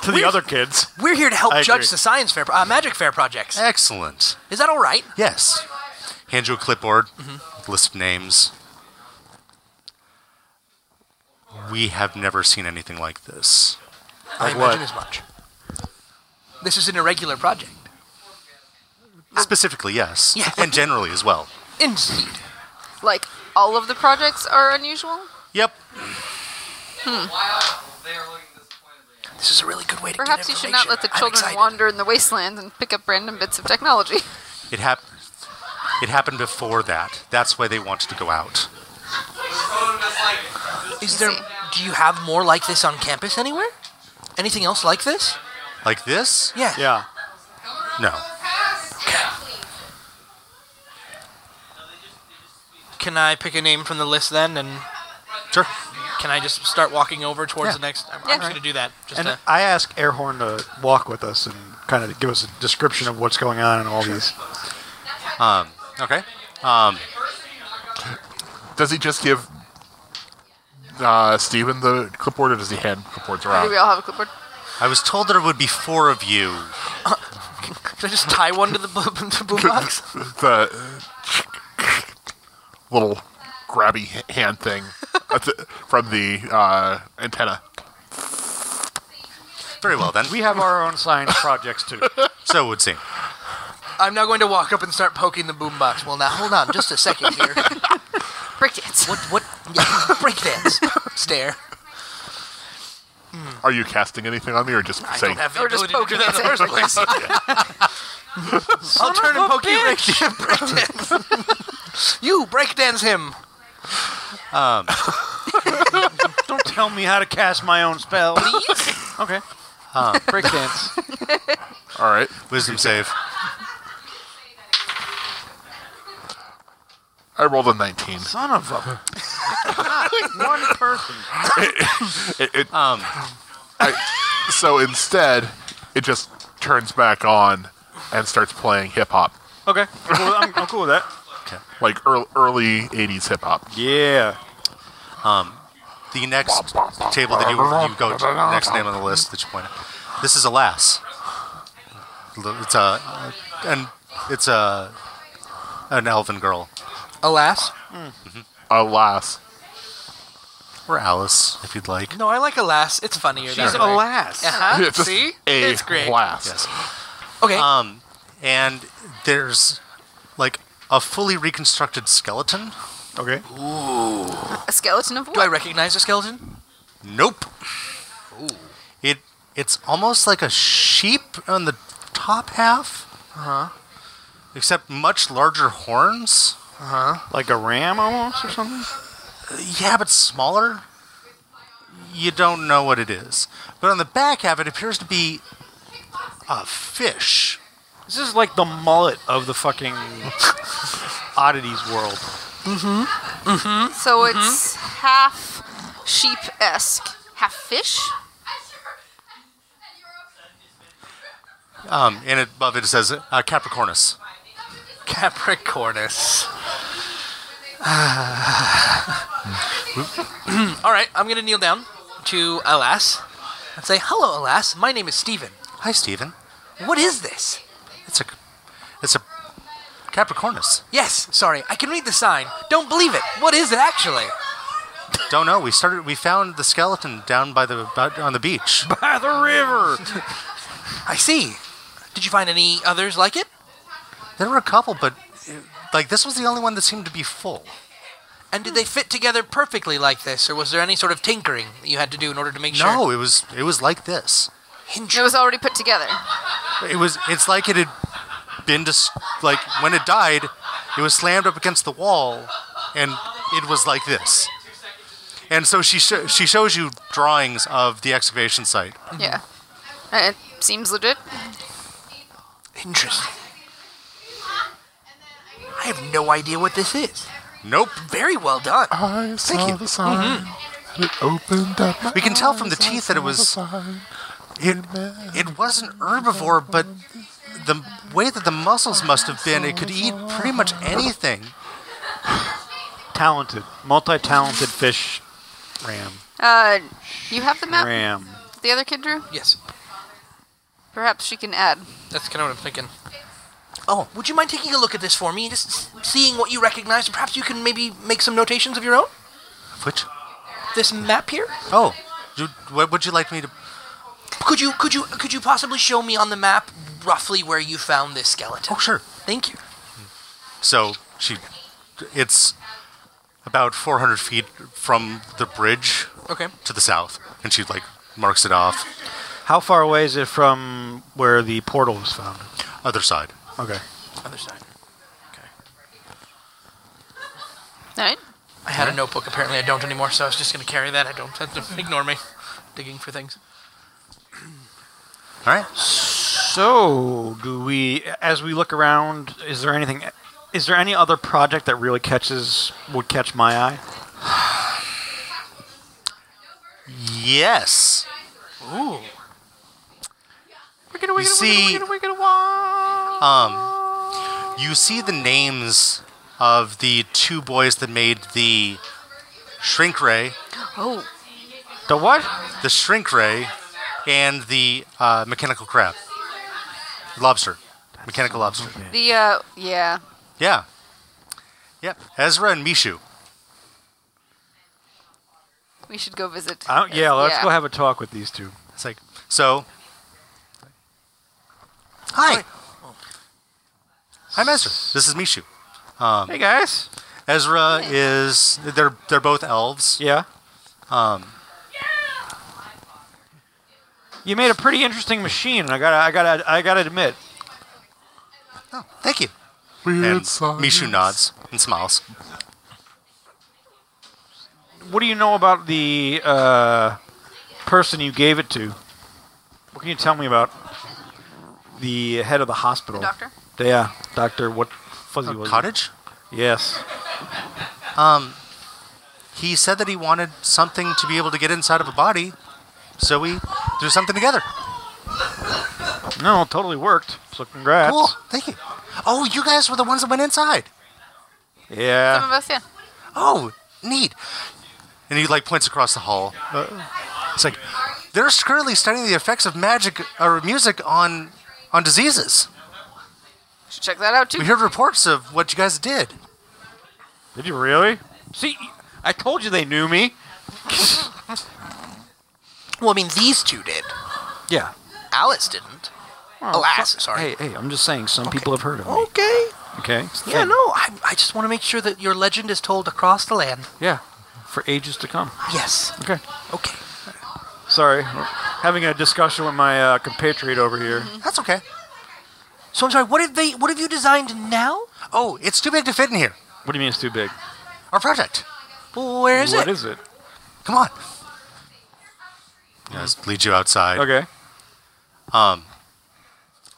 To the other kids. We're here to help I judge agree. the science fair, uh, magic fair projects. Excellent. Is that all right? Yes. Hand you a clipboard, list of names. We have never seen anything like this. I what? imagine as much. This is an irregular project. Specifically, yes. Yeah. And generally as well. Indeed. like all of the projects are unusual. Yep. This is a really good way to Perhaps you get should not let the information. I'm children excited. wander in the wasteland and pick up random bits of technology. It happened. It happened before that. That's why they wanted to go out. Is there? See. Do you have more like this on campus anywhere? Anything else like this? Like this? Yeah. Yeah. No. Can I pick a name from the list then, and Sure. can I just start walking over towards Yeah. the next? I'm, I'm Yeah. just gonna do that. Just And to, I asked Airhorn to walk with us and kind of give us a description of what's going on and all these. Okay. Does he just give uh, Steven the clipboard, or does he hand clipboards Do we around? all have a clipboard? I was told there would be four of you. can I just tie one to the bo- the boombox? The uh, little grabby h- hand thing at the- from the uh, antenna. Very well then. We have our own science projects too. so it would seem. I'm now going to walk up and start poking the boombox. Well, now hold on, just a second here. Breakdance. what? What? Yeah, break dance. Stare. Are you casting anything on me, or just I saying? don't have the Or just ability to do that in the first place. I'll turn and poke you break, break dance. you break dance him. Don't tell me how to cast my own spell. Okay. Breakdance. All right. Wisdom save. I rolled a 19. Son of a. One person. It, it- Um. I- so instead, it just turns back on and starts playing hip hop, Okay. Well, I'm, I'm cool with that. like early, early 80s hip hop. Yeah. The next table that you, you go to, the next name on the list that you point out. This is Alas. It's a, and it's a, an elven girl. Alas. Alas. Or Alice, if you'd like. No, I like alas. It's funnier. She's that way. Alas. Uh-huh. It's just See? a it's great. blast. Yes. Okay. Um, and there's like a fully reconstructed skeleton. Okay. A skeleton of Do I what? recognize the skeleton? Nope. It it's almost like a sheep on the top half. Uh huh. Except much larger horns. Like a ram almost or something? Yeah, but smaller. You don't know what it is. But on the back half, it appears to be a fish. This is like the mullet of the fucking oddities world. So it's Mm-hmm. half sheep esque, half fish. Um, and it, above it says uh, Capricornus. Capricornus. All right, I'm gonna kneel down to alas and say, "Hello, alas. My name is Stephen. Hi, Stephen. What is this?" It's a it's a Capricornus. Yes, sorry, I can read the sign. Don't believe it. What is it actually? Don't know. We started. We found the skeleton down by the by- on the beach. By the river. I see. Did you find any others like it? There were a couple, but uh, like this was the only one that seemed to be full. And did they fit together perfectly like this, or was there any sort of tinkering that you had to do in order to make sure? No, it was it was like this. It was already put together. Mm-hmm. It was. It's like it had been just like when it died, it was slammed up against the wall, and it was like this. And so she sho she shows you drawings of the excavation site. Yeah. Uh, It seems legit. Interesting. I have no idea what this is. Nope. Very well done. I saw you. Mm-hmm. the sign. It opened up. my We can tell from the eyes, I teeth that it saw was- the sign. It, it wasn't herbivore, but the way that the muscles must have been, it could eat pretty much anything. Talented, multi-talented fish. Ram. Uh, you have the map Ram. that the other kid drew? Yes, Perhaps she can add. that's kind of what I'm thinking. Oh, would you mind taking a look at this for me, just s- seeing what you recognize? Perhaps you can maybe make some notations of your own. Which? This map here. Oh, you, what would you like me to? Could you could you could you possibly show me on the map roughly where you found this skeleton? Oh, sure. Thank you. So she, it's about 400 feet from the bridge Okay. to the south, and she like marks it off. How far away is it from where the portal was found? Other side. Okay. Other side. Okay. All right. I had a notebook. Apparently, I don't anymore, so I was just gonna carry that. I don't. Have to ignore me. Digging for things. All right. So, do we, as we look around, is there anything, is there any other project that really catches, would catch my eye? Yes. Ooh. You see, um, you see the names of the two boys that made the shrink ray, Oh, The what? the shrink ray, and the uh, mechanical crab, lobster, mechanical lobster. the, uh, yeah. Yeah. Yep. Ezra and Mishu. We should go visit. I don't, yeah, let's go have a talk with these two. It's like so. Hi. I'm Ezra. This is Mishu. Hey guys. Ezra is they're they're both elves. Yeah. Um, You made a pretty interesting machine. I gotta, I gotta, I gotta admit. oh, thank you. Weird And sign. Mishu nods and smiles. What do you know about the uh, person you gave it to? What can you tell me about the head of the hospital? doctor? Yeah, doctor. What fuzzy was? Oh, it? Cottage. Yes. He said that he wanted something to be able to get inside of a body, so we threw something together. No, it totally worked. So congrats. Cool. Thank you. Oh, you guys were the ones that went inside. Yeah. Some of us, yeah. Oh, neat. And he like points across the hall. It's like they're currently studying the effects of magic or music on on diseases. Should check that out, too. We heard reports of what you guys did. Did you really? See, I told you they knew me. Well, I mean, these two did. Yeah. Alice didn't. Well, Alas, so- Oh, sorry. Hey, hey, I'm just saying. Some people have heard of Oh. me. Okay. Okay. It's a Yeah, thing. no, I, I just want to make sure that your legend is told across the land. Yeah. For ages to come. Yes. Okay. Okay. Sorry, having a discussion with my uh, compatriot over here. That's okay. So I'm sorry. What have they? What have you designed now? Oh, it's too big to fit in here. What do you mean it's too big? Our project. Well, where is What it? is it? Come on. Yes, lead you outside Okay.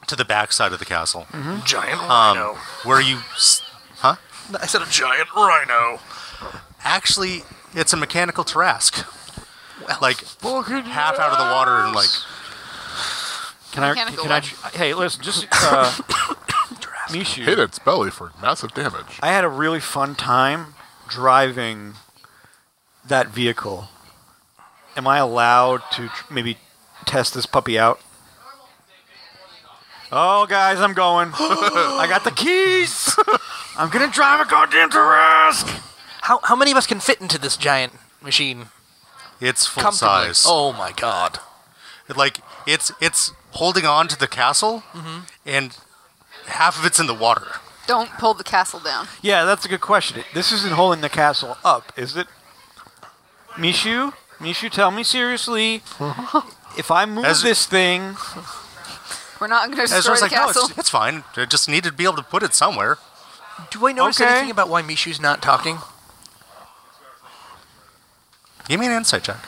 to the back side of the castle, Giant um, where you, s- huh? I said a giant. Giant rhino. Actually, it's a mechanical Tarrasque. Like half out of the water and like Can I? Mechanical Can I? one. Hey, listen, just uh, Hit Mishu. its belly for massive damage. I had a really fun time driving that vehicle. Am I allowed to tr- maybe test this puppy out? Oh, guys, I'm going. I got the keys. I'm gonna drive a goddamn Tarrasque. How how many of us can fit into this giant machine It's full comfortably. size. Oh my god. like it's it's holding on to the castle, Mm-hmm. and half of it's in the water. Don't pull the castle down. Yeah, that's a good question. This isn't holding the castle up, is it? Mishu, Mishu, tell me seriously. if I move As- this thing, We're not going to Ezra's destroy the like, castle. no, it's, it's fine. I just needed to be able to put it somewhere. Do I notice Okay. anything about why Mishu's not talking? Give me an insight check.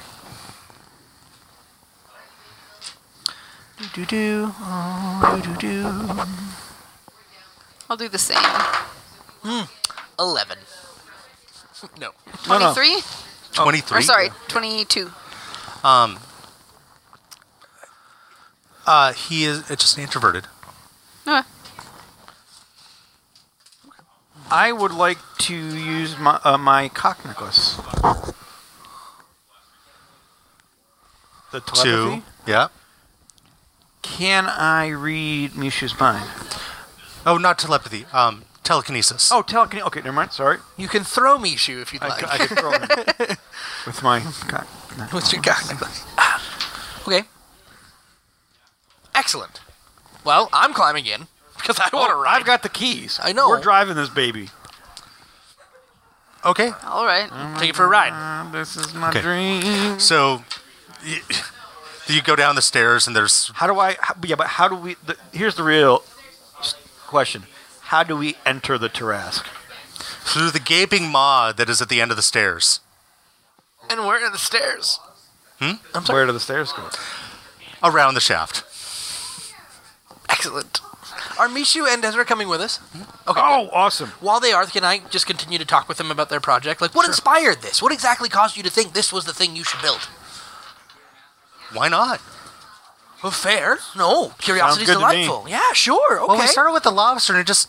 Do do do. Oh, do do do. I'll do the same. Eleven. No. No, no. 23? Twenty-three. Or Oh, sorry, 22. Um. Uh, he is it's just introverted. Uh, I would like to use my uh, my cock necklace. The telepathy. Two. Yeah. Can I read Mishu's mind? Oh, not telepathy. Um, telekinesis. Oh, telekinesis. Okay, never mind. Sorry. You can throw Mishu if you'd I, like. c- I could throw him with my cock. necklace. What's your cock necklace? Ah. Okay. Excellent. Well, I'm climbing in because I want to ride. I've got the keys. I know. We're driving this baby. Okay. all right. Mm. Take it for a ride. This is my Okay. dream. So, y- you go down the stairs and there's How do I? How, yeah, but how do we? The, here's the real s- question: How do we enter the Tarrasque? through the gaping maw that is at the end of the stairs. And we're in the stairs. I'm sorry. Where do the stairs go? around the shaft. Excellent. Are Mishu and Ezra coming with us? Okay. Oh, awesome! While they are, can I just continue to talk with them about their project? Like, what inspired this? What exactly caused you to think this was the thing you should build? Why not? Well, fair. No, curiosity's good to me. delightful. Yeah, sure. Okay. Well, we started with the lobster and it just,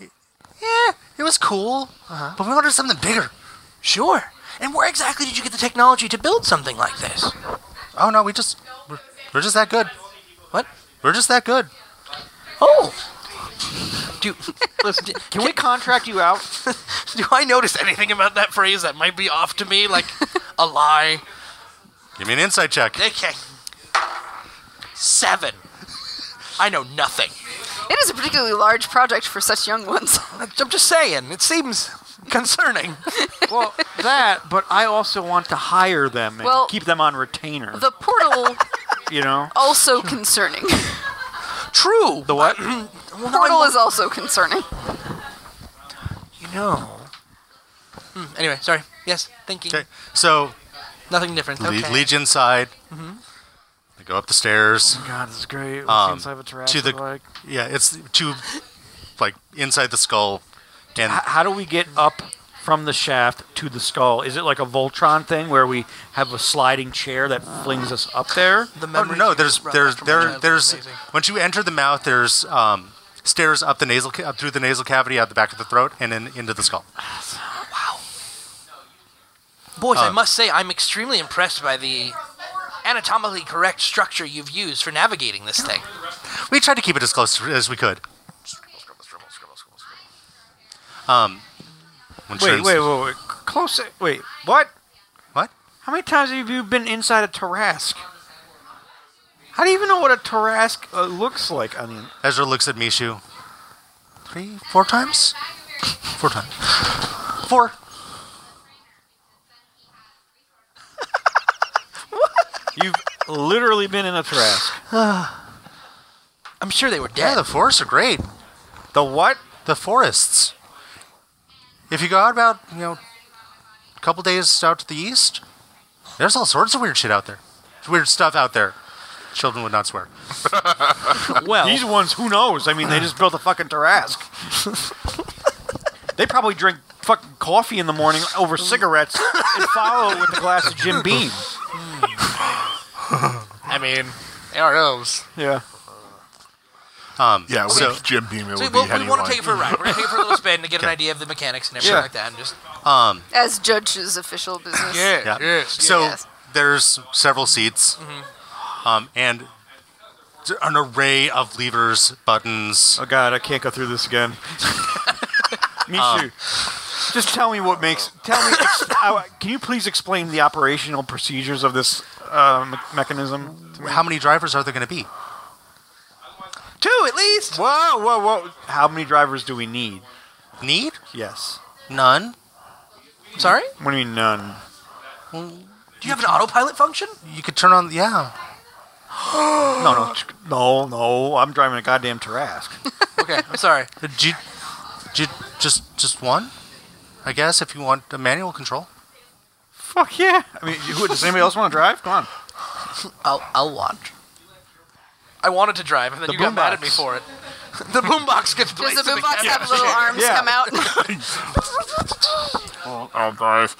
yeah, it was cool, but we wanted something bigger. sure. And where exactly did you get the technology to build something like this? Oh no, we just we're, we're just that good. What? We're just that good. Oh. Do Listen, can we contract you out? do I notice anything about that phrase that might be off to me, like a lie? Give me an insight check. Okay. Seven. I know nothing. It is a particularly large project for such young ones. I'm just saying. It seems concerning. Well, that. But I also want to hire them and Well, keep them on retainer. the portal you know, also concerning. True. The what? well, no, I portal lo- is also concerning. You know. Hmm, anyway, sorry. Yes, thinking. Okay. So Mm-hmm. Nothing different. le- Okay. lead you inside. They go up the stairs. God, this is great. Um, Since I have a Tarrasque, to the like, yeah, it's to like inside the skull, and H- how do we get up from the shaft to the skull? Is it like a Voltron thing where we have a sliding chair that flings us up there? the Oh, memories no, you there's brought there's back from my there childhood there's are amazing. once you enter the mouth, there's um, stairs up the nasal ca- up through the nasal cavity, out the back of the throat, and then into the skull. Boys, I must say I'm extremely impressed by the anatomically correct structure you've used for navigating this thing. We tried to keep it as close as we could. Um, when Wait, Sharon's- wait, Oh, wait, wait. Close. Wait, what? What? How many times have you been inside a Tarrasque? How do you even know what a Tarrasque uh, looks like? I mean, Ezra looks at Mishu. Three, four times. Four times. Four. you've literally been in a Tarrasque. I'm sure they were Yeah, dead. the forests are great. The what? the forests. If you go out about, you know, a couple days out to the east, there's all sorts of weird shit out there. Weird stuff out there. Children would not swear. Well, these ones, who knows? I mean, they just built a fucking Tarrasque. they probably drink fucking coffee in the morning over cigarettes and follow it with a glass of Jim Beam. I mean, they are elves. Yeah. Um, Yeah, with so, Jim Beam, it So we, would well, be heady we want wine. to take it for a ride. We're gonna take it for a little spin to get an Okay. idea of the mechanics and everything Yeah. like that, and just um, As judge's official business. yeah. yes, so yes. there's several seats, um, and an array of levers, buttons. Oh god, I can't go through this again. Mishu, Just tell me what makes. Tell me. Ex- how- can you please explain the operational procedures of this uh, me- mechanism? To me? How many drivers are there going to be? Two at least. Whoa, whoa, whoa! How many drivers do we need? Need? Yes. None? Sorry? What do you mean none? Do you have an autopilot function? You could turn on, yeah. No, no, ch- no, no! I'm driving a goddamn Tarrasque. Okay, I'm sorry. Did Uh, you, did you- just just one? I guess if you want a manual control. Fuck yeah! I mean, who, does anybody else want to drive? Come on. I'll, I'll watch. I wanted to drive, and then The you got mad at boombox. me for it. the boombox gets Does placed the in the boombox cab. have little arms Yeah. come out? Oh I'll drive.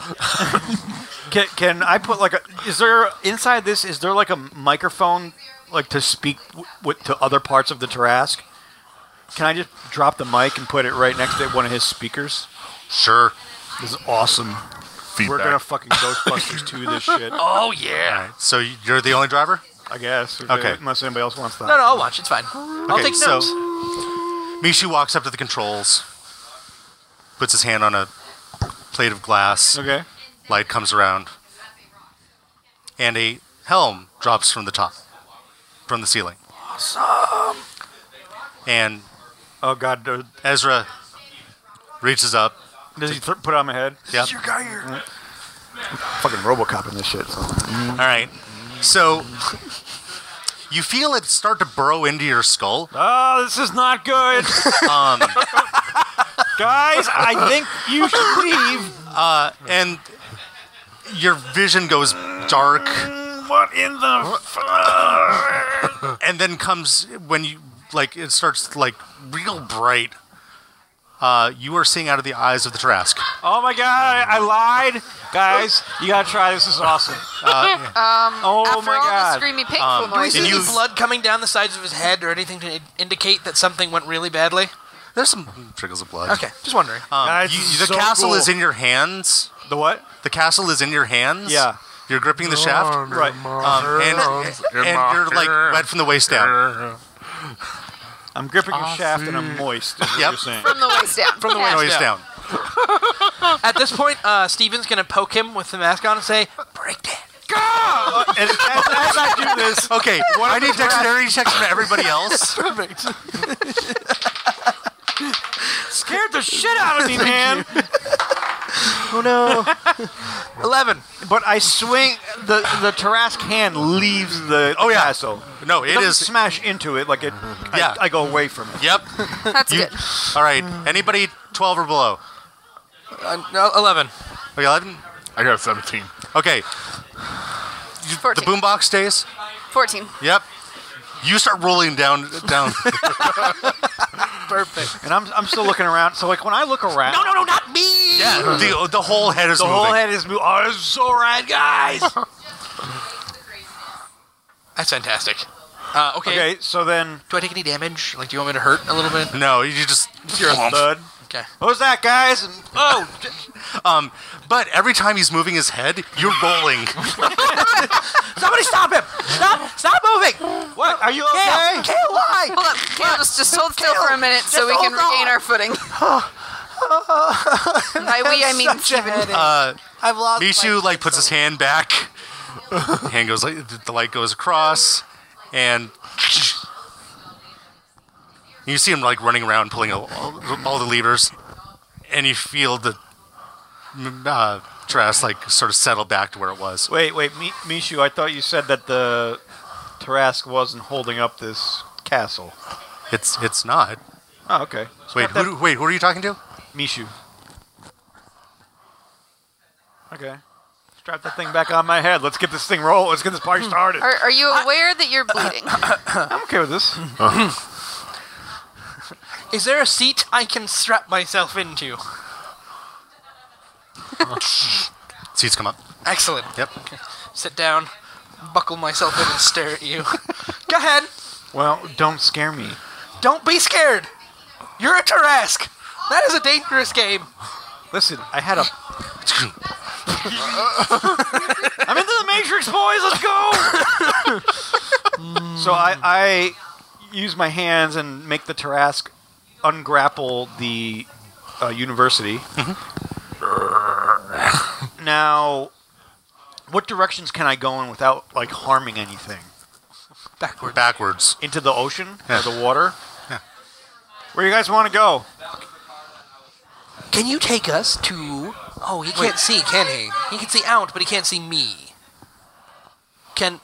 Can, can I put like a? Is there inside this? Is there like a microphone, like to speak w- with to other parts of the Tarrasque? Can I just drop the mic and put it right next to one of his speakers? Sure. This is awesome. Feedback. We're gonna fucking Ghostbusters 2 this shit. Oh, yeah. So you're the only driver. I guess. if- Okay. Unless anybody else wants that. No, no, I'll watch. It's fine. I'll Okay, take so- notes. Mishi walks up to the controls, puts his hand on a plate of glass. Okay. Light comes around, and a helm drops from the top, from the ceiling. Awesome. And Oh god. do- Ezra reaches up. Does he th- put it on my head? Yep. Fucking RoboCop in this shit. so. All right. So you feel it start to burrow into your skull. Oh, this is not good. Um, Guys, I think you should leave. and your vision goes dark What in the fuck? and then comes when you like it starts like real bright uh, you are seeing out of the eyes of the Trask. Oh my god, I lied. Guys, you gotta try this. This is awesome. Uh, oh Um, After my all god. the screamy painful Do we noises. see Um, you- any blood coming down the sides of his head or anything to in- indicate that something went really badly? There's some trickles of blood. Okay, just wondering. Um, Guys, you- this is the so castle cool. is in your hands. the what? The castle is in your hands. Yeah. You're gripping the shaft. Right. Um, and and you're like wet from the waist down. I'm gripping your shaft and I'm moist. Is what Yep. you're saying. From the waist down. From the No, waist Yeah. down. At this point, uh, Steven's going to poke him with the mask on and say, break that. And as, as I do this, Okay, I need dexterity checks from everybody else. Perfect. scared the shit out of me, man. Oh, no. 11. But I swing the the Tarrasque hand leaves the, oh, yeah. castle. No, It it doesn't is. smash into it like it. I, Yeah. I go away from it. Yep. That's You- good. all right. Mm. Anybody 12 or below? Uh, no, 11. Okay, 11? I got a 17. Okay. You- The 14. boombox stays. 14. Yep. You start rolling down, down. Perfect. And I'm I'm still looking around. So like when I look around, no, no, not me. yeah. The, the whole head is the moving. whole head is moving. Oh, this is so right, guys. That's fantastic. Uh, okay. okay, so then Do I take any damage? Like, do you want me to hurt a little bit? No, you just. you're a thud. Okay. Who's that, guys? And- Oh, Um, but every time he's moving his head, you're rolling. somebody stop him! Stop! Stop moving! What? Are you okay? why? Hold up. Kale, just, just hold still for a minute so we can regain our footing. By we, I mean Steven. I've lost. Michu like puts his hand back. hand goes like the light goes across, and you see him like running around pulling all, all the levers, and you feel the mm, uh, dress like sort of settle back to where it was. Wait, wait, Mi- Mishu. I thought you said that the Tarrasque wasn't holding up this castle. It's it's not. Oh, okay. It's Wait, not that- who, do- wait, who are you talking to? Mishu. Okay. Strap that thing back on my head. Let's get this thing rolling. Let's get this party started. Are, are you aware that you're bleeding? I'm okay with this. Is there a seat I can strap myself into? Seats come up. Excellent. Yep. Sit down, buckle myself in, and stare at you. Go ahead. Well, don't scare me. Don't be scared. You're a Tarrasque. That is a dangerous game. Listen, I had a. I'm into the Matrix, boys. Let's go. so I, I use my hands and make the Tarrasque ungrapple the uh, university, Mm-hmm. Now, what directions can I go in without like harming anything? Backwards. Backwards. Into the ocean Yeah. or the water? Where you guys want to go? Can you take us to? Oh, he can't see, can he? He can see out, but he can't see me. Can?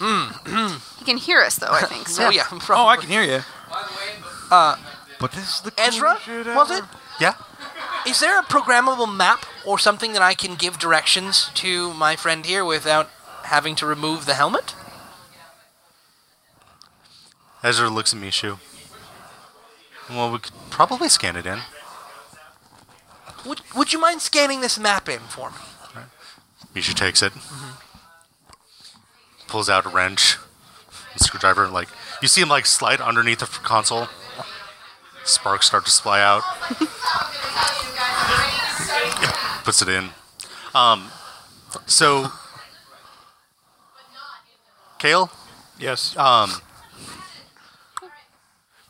He can hear us though. I think. So Oh yeah. Probably. Oh, I can hear you. Uh, But this is the Ezra, was it? yeah. Is there a programmable map or something that I can give directions to my friend here without having to remove the helmet? Ezra looks at Mishu. Well, we could probably scan it in. Would, would you mind scanning this map in for me? Mishu takes it, pulls out a wrench, and screwdriver. Like you see him like slide underneath the f- console. Sparks start to fly out. Puts it in. Um, so, Kale, Yes. um,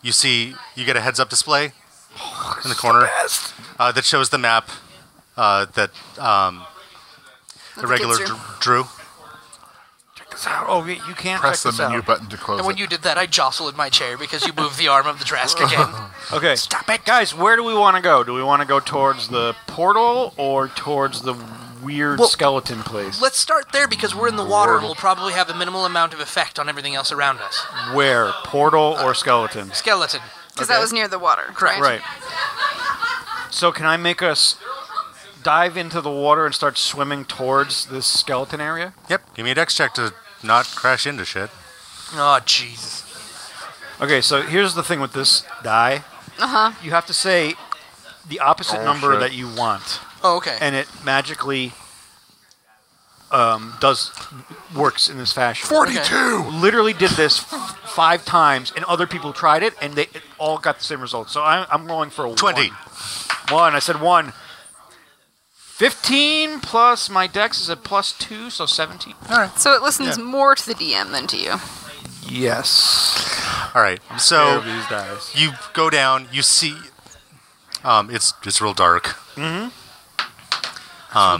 you see, you get a heads-up display in the corner uh, that shows the map uh, that um, the the regular kids dr- drew. drew. oh, you you can't Press the check this out. menu button to close And when it. you did that, I jostled my chair because you moved the arm of the Drask again. Okay. Stop it. Guys, where do we want to go? Do we want to go towards the portal or towards the weird Well, skeleton place? Let's start there because we're in the water. We'll probably have a minimal amount of effect on everything else around us. Where? Portal or skeleton? Skeleton. because Okay. that was near the water. Correct. Right. So can I make us dive into the water and start swimming towards this skeleton area? Yep. Give me a dex check to not crash into shit. Oh, Jesus. Okay, so here's the thing with this die. Uh-huh. Uh huh. You have to say the opposite Oh, number shit. that you want, Oh, okay. and it magically um, does works in this fashion. Forty-two. Literally did this f- five times, and other people tried it, and they it all got the same result. So I'm, I'm rolling for a Twenty. One. One. I said one. 15 plus my dex is a plus two, so 17. So it listens more to the DM than to you. Yes. All right. So these dice. you go down. You see. Um, it's it's real dark. Um,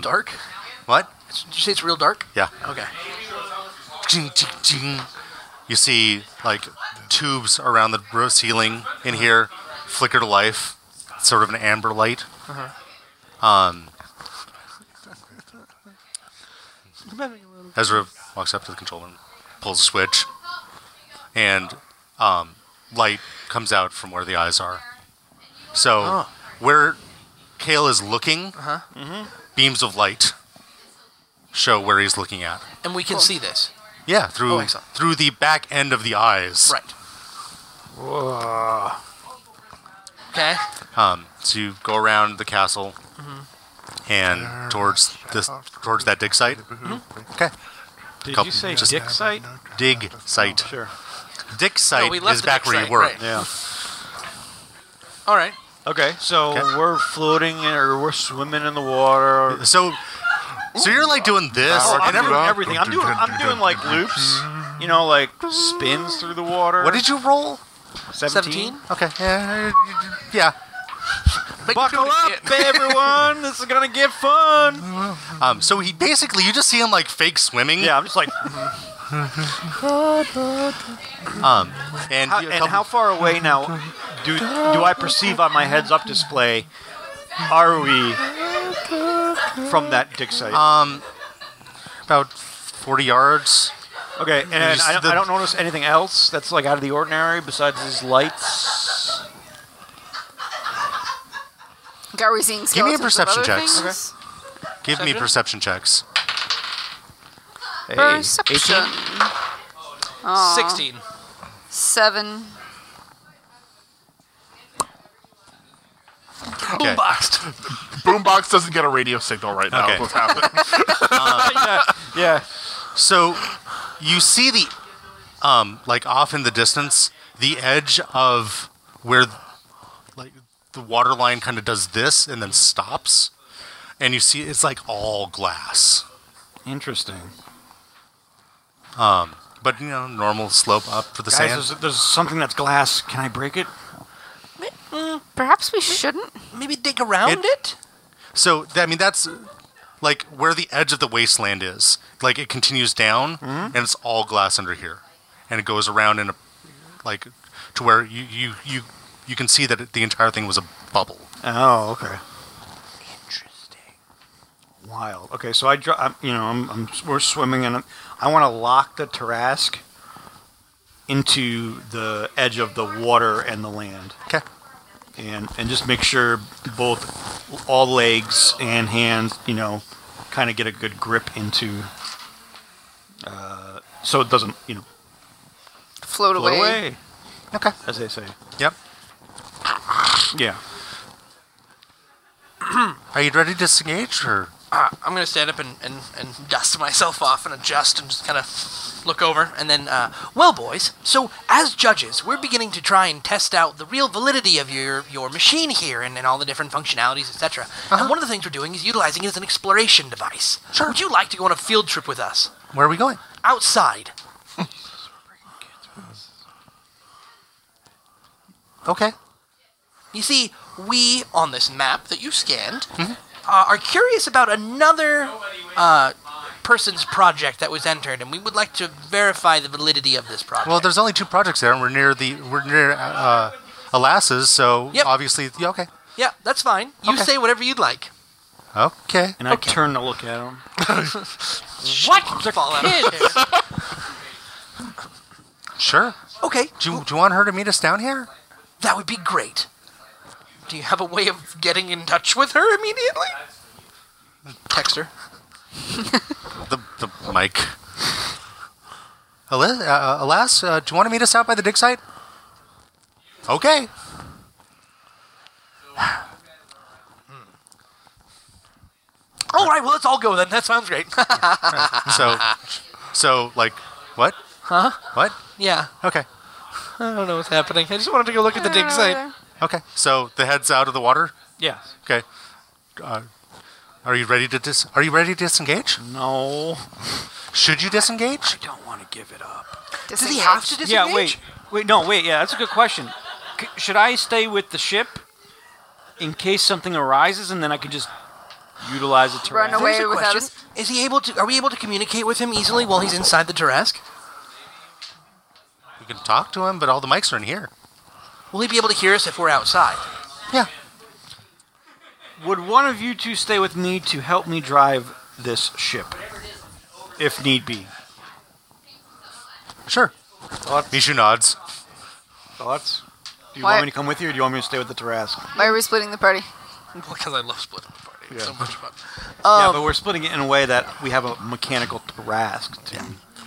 dark. What? Did you say it's real dark? Yeah. Okay. Ching, ching, ching. You see like tubes around the roof ceiling in here flicker to life, sort of an amber light. Um, Ezra walks up to the control room, pulls a switch, and um, light comes out from where the eyes are. So where Kale is looking, beams of light show where he's looking at. And we can see this. Yeah, through Oh, excellent. through the back end of the eyes. Right. Okay. Um, so you go around the castle Mm-hmm. and towards this towards that dig site. Okay. Did Couple- you say just- dick site? Dig site. Sure. Dig site we left is the back dig where site, you were. right. Yeah. All right. Okay, so Okay. we're floating in- or we're swimming in the water. So so you're like doing this Oh, I'm and every, doing everything. I'm doing, I'm doing like loops, you know, like spins through the water. What did you roll? 17? Okay. Yeah. yeah. Buckle up, everyone! This is gonna get fun. Um, so he basically you just see him like fake swimming. Yeah, I'm just like, Um, and, how, a and couple- how far away now do do I perceive on my heads-up display? Are we from that dick site? about forty yards. okay, and just- I, the- I don't notice anything else that's like out of the ordinary besides these lights. Like, Are we seeing Give me a skeletons perception of other checks. things? Give me Perception? perception checks. Hey, 18? Perception. Aw, 16. Seven. Oh, Okay. Boomboxed. Boombox doesn't get a radio signal right now. Okay. is What's happening? Yeah. So you see the um like off in the distance the edge of where like the water line kind of does this and then stops and you see it's like all glass Interesting. Um, but you know normal slope up for the Guys, sand there's, there's something that's glass. Can I break it? Perhaps we shouldn't. Maybe dig around It- it? so th- i mean that's like where the edge of the wasteland is. Like it continues down, and it's all glass under here, and it goes around in a like to where you you you you can see that it, the entire thing was a bubble. Oh, okay. Interesting. Wild. Okay, so I, dr- I'm, you know, I'm, I'm, we're swimming and I want to lock the Tarask into the edge of the water and the land, Okay. and and just make sure both all legs and hands, you know, kind of get a good grip into, uh, so it doesn't, you know, Float, float away. away, Okay. as they say. Yep. Yeah. Are you ready to disengage or? Uh, I'm gonna stand up and, and, and dust myself off and adjust and just kind of look over and then, uh, well, boys. So as judges, we're beginning to try and test out the real validity of your your machine here and, and all the different functionalities, etc. Uh-huh. And one of the things we're doing is utilizing it as an exploration device. Sure. Would you like to go on a field trip with us Where are we going? outside? Okay. You see, we on this map that you scanned uh, are curious about another uh, person's project that was entered, and we would like to verify the validity of this project. Well, there's only two projects there, and we're near the we're near uh, Alaska's, so Yep. obviously, yeah, okay, yeah, that's fine. You Okay. say whatever you'd like. okay. And I turn to look at him. What? Fall out of the chair. Sure. okay, Do you, do you want her to meet us down here? that would be great. Do you have a way of getting in touch with her immediately? Text her. The the mic. Alas, uh, alas uh, do you want to meet us out by the dig site? Okay. All right, well, let's all go then. That sounds great. So, so like, what? huh? What? Yeah, Okay. I don't know what's happening. I just wanted to go look at the dig Uh, site. Okay. So the head's out of the water. Yeah. Okay. Uh, are you ready to dis? Are you ready to disengage? No. Should you disengage? Don't want to give it up. Does he have to disengage? Yeah, wait, wait, no, wait. Yeah, that's a good question. C- should I stay with the ship in case something arises, and then I can just utilize it to Run away. There's a without question. Is he able to? Are we able to communicate with him easily while he's inside the Tarask? We can talk to him, but all the mics are in here. Will he be able to hear us if we're outside? Yeah. Would one of you two stay with me to help me drive this ship, if need be? Sure. Thoughts? Mishu nods. Thoughts? Do you Why- want me to come with you, or do you want me to stay with the Tarask? Why are we splitting the party? Because I love splitting the party. It's Yeah. so much fun. yeah, Um, but we're splitting it in a way that we have a mechanical Tarask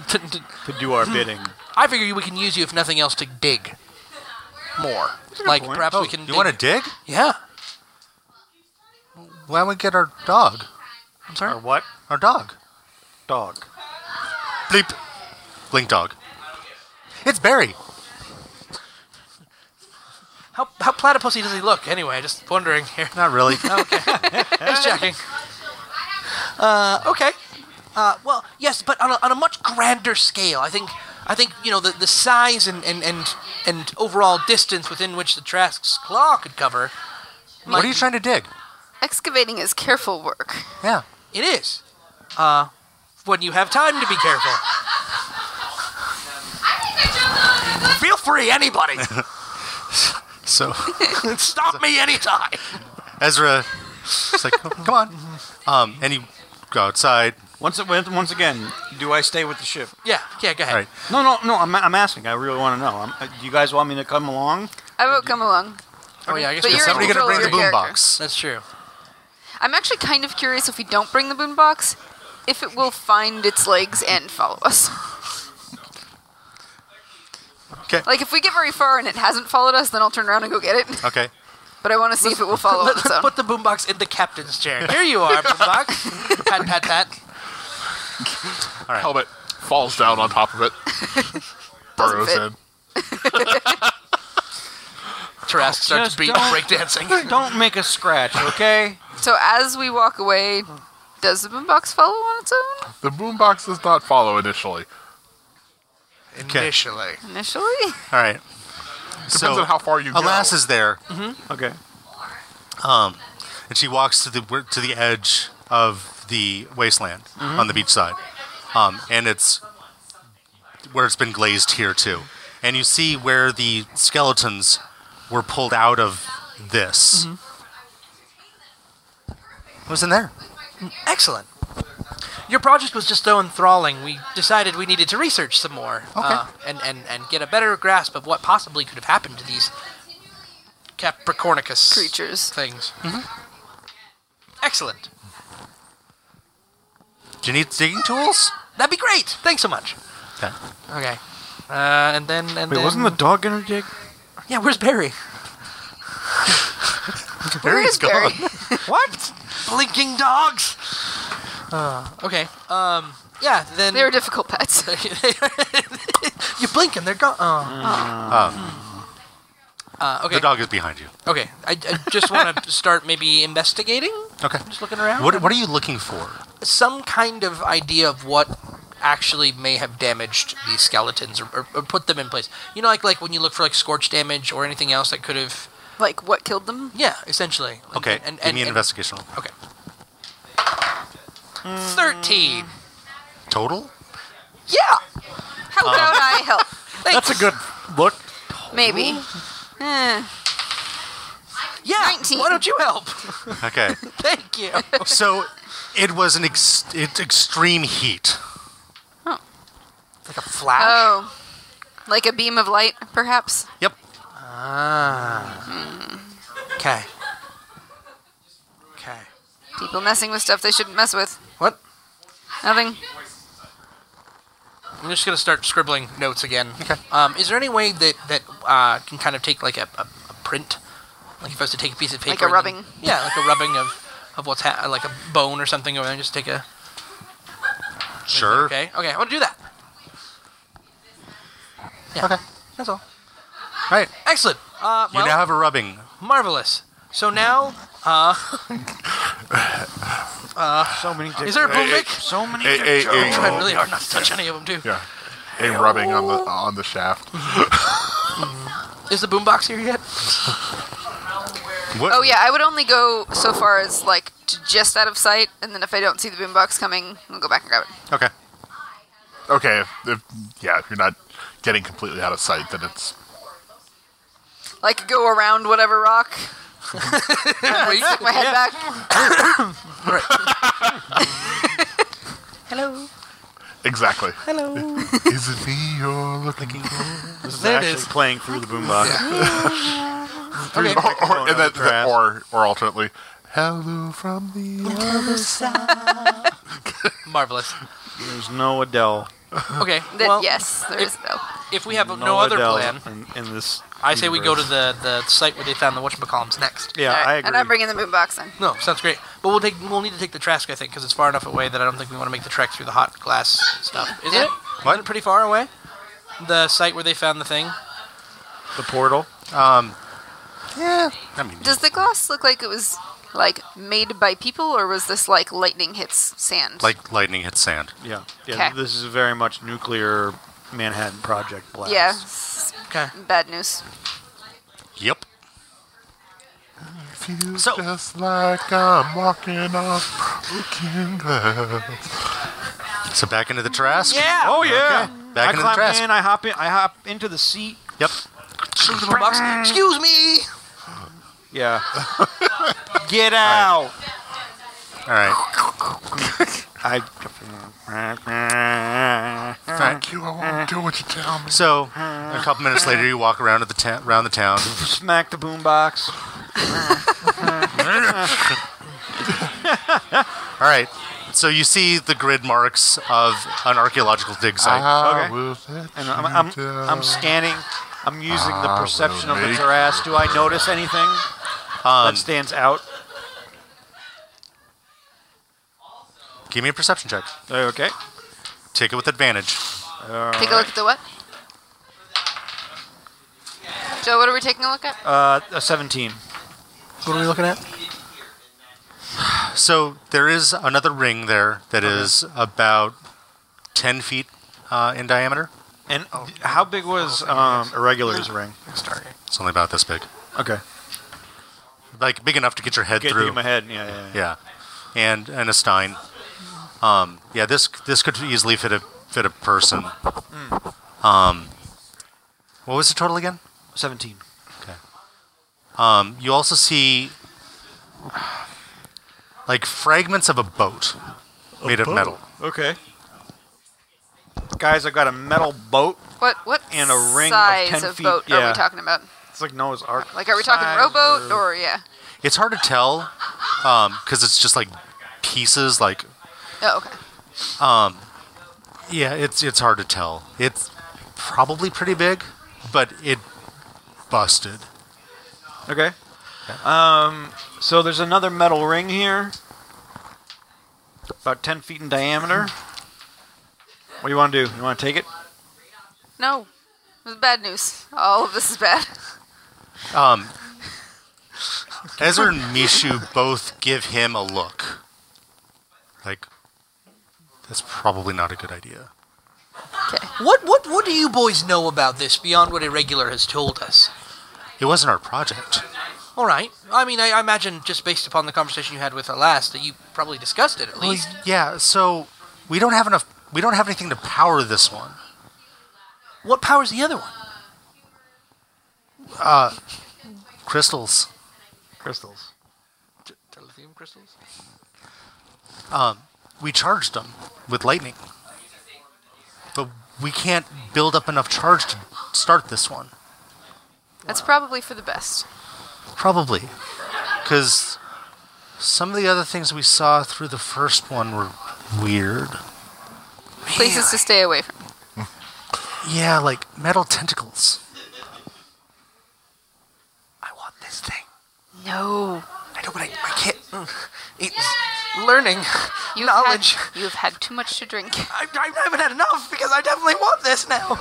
to, to do our bidding. I figure we can use you if nothing else to dig more. Like point. perhaps Oh, we can. you want to dig? Yeah. Why don't we get our dog? I'm or sorry. what? Our dog. Dog. Bleep. Blink dog. It's Barry. How how platypusy does he look? Anyway, just wondering here. Not really. Just checking. Uh, okay. Uh, well, yes, but on a, on a much grander scale, I think. I think you know the, the size and, and, and and overall distance within which the Trask's claw could cover. what are you trying to dig? Excavating is careful work. Yeah. It is. Uh, when you have time to be careful. Feel free, anybody. So Stop me anytime. Ezra, it's like, "Oh, come on. Mm-hmm. Um, and you go outside. Once, once once again, do I stay with the ship? Yeah, yeah, go ahead. All right. No, no, no. I'm, I'm asking. I really want to know. I'm, uh, do you guys want me to come along? I vote come along. Oh, yeah, I guess But we you're in Somebody somebody gonna control bring of the your boom character. box. That's true. I'm actually kind of curious if we don't bring the boombox, if it will find its legs and follow us. 'Kay. Like if we get very far and it hasn't followed us, then I'll turn around and go get it. Okay. But I want to see if it will follow on Let, its us own. put the boombox in the captain's chair. Here you are, boombox. pat, pat, pat. Helmet falls down on top of it, burrows fit. in. Tarask starts Just beat don't- breakdancing. Don't make a scratch, okay? So as we walk away, does the boombox follow on its own The boombox does not follow initially. Initially. initially? All right. Depends on how far you go. Alas is there, Okay. and she walks to the to the edge of the wasteland Mm-hmm. on the beach side, um, and it's where it's been glazed here too. And you see where the skeletons were pulled out of this. Mm-hmm. What was in there? Excellent. Your project was just so enthralling, we decided we needed to research some more uh, and, and, and get a better grasp of what possibly could have happened to these Capricornicus Creatures. things. Excellent. Do you need digging tools? That'd be great. Thanks so much. Okay. Okay. Uh, and then and Wait, then, wasn't the dog gonna dig? yeah? Where's Barry? Where Barry's is Barry? What? Blinking dogs. Uh, okay. Um. Yeah. Then they were difficult pets. you blink and they're gone. Oh. Uh, okay. The dog is behind you. Okay. I, I just want to start maybe investigating. Okay. Just looking around. What, what are you looking for? Some kind of idea of what actually may have damaged these skeletons or, or, or put them in place. You know, like like when you look for like scorch damage or anything else that could have. like what killed them? Yeah. Essentially. Like, Okay, And, and, give me an and- investigation roll. Okay. Thirteen. Total? Yeah. How about I help? That's a good look. Maybe. Eh, Yeah. 19. Why don't you help? Okay. Thank you. so it was an ex- it's extreme heat. like a flash. oh, like a beam of light, perhaps. Yep. Okay. Okay. People messing with stuff they shouldn't mess with. What? Nothing. I'm just gonna start scribbling notes again. Okay. Um, is there any way that that uh, can kind of take like a, a, a print, like if I was to take a piece of paper, Like a and then- rubbing? yeah, like a rubbing of of what's ha- like a bone or something, or just take a. Sure. Okay. Okay. I want to do that. Yeah. Okay. That's all. Right. Excellent. Uh, You well, now have a rubbing. marvelous. So now, uh, So many dicks. is there a boom mic? so many Hey, dick hey, jokes. hey. I'm trying really hard not to touch any of them too. Yeah. A rubbing on the on the shaft. Is the boombox here yet? What, Oh yeah, I would only go so far as like to just out of sight, and then if I don't see the boombox coming, I'll go back and grab it. Okay. Okay. If, if, yeah. If you're not getting completely out of sight, then it's Like go around whatever rock, Wait. stick my head back. exactly. Hello. Is it me you're looking for? This is There it actually is. playing through the boombox. Okay. or, or, Microphone and then, up your ass. or or alternately, hello from the other side. Marvelous. There's no Adele. Okay. Then well, yes, there is no. If we have no, other Adele plan, In, in this I say we go to universe. the, the site where they found the whatchamacallums next. Yeah, All right, I agree. And I'm bringing the boombox in. No, sounds great. But we'll take we'll need to take the Trask, I think, because it's far enough away that I don't think we want to make the trek through the hot glass stuff. Is Yeah. it? Isn't it pretty far away? The site where they found the thing. the portal. I mean, Does the glass look like it was like made by people, or was this like lightning hits sand? like lightning hits sand. Yeah, yeah. 'Kay. This is very much nuclear Manhattan Project blast. yeah, s- Okay. bad news. Yep. Feels So- just like I'm walking on broken glass. So back into the Trask. Yeah. Oh yeah. I Back into the climb trash. in. I hop in. I hop into the seat. Yep. Excuse me, box. Excuse me. Yeah. Get out. All right. I. Thank you. I won't do what you tell me. So a couple minutes later, you walk around to the ta- around the town. Smack the boombox. All right. So you see the grid marks of an archaeological dig site. Uh-huh. I Okay. will let And you I'm, I'm, down. I'm scanning. I'm using the I perception will of the make terrace. Do I notice anything that stands out? Give me a perception check. Okay. Take it with advantage. Take a look at the what? Joe, what are we taking a look at? Uh, a 17. What are we looking at? So there is another ring there that is about 10 feet uh, in diameter. And how big was um, Mm. Irregular's ring? It's only about this big. Okay. Like big enough to get your head Get through. through my head. Yeah, yeah, yeah. Yeah. And and a stein. Um, yeah, this this could easily fit a fit a person. Um, what was the total again? 17. Um, you also see like fragments of a boat made of metal. Okay. Guys, I've got a metal boat. What what And a ring of size 10 feet, boat are yeah. we talking about? It's like Noah's Ark. Like, are we talking size rowboat or yeah? It's hard to tell because it's just like pieces. Like Oh, okay. yeah, it's it's hard to tell. It's probably pretty big, but it busted. Okay. Um, so there's another metal ring here, about 10 feet in diameter. What do you want to do? You want to take it? No, it was bad news. All of this is bad. Um, Ezra and Mishu both give him a look. Like, that's probably not a good idea. What what what do you boys know about this beyond what a regular has told us? It wasn't our project. All right. I mean, I, I imagine just based upon the conversation you had with her last that you probably discussed it at Well, least. yeah, so we don't have enough. We don't have anything to power this one. What powers the other one? Crystals. Crystals. Lithium crystals. We charged them with lightning, but we can't build up enough charge to start this one. That's probably for the best. Probably. Because some of the other things we saw through the first one were weird. Places to stay away from. Yeah, like metal tentacles. I want this thing. No, I know, but I, I can't. mm. It's learning. you've Knowledge. Had, you've had too much to drink. I, I haven't had enough because I definitely want this now.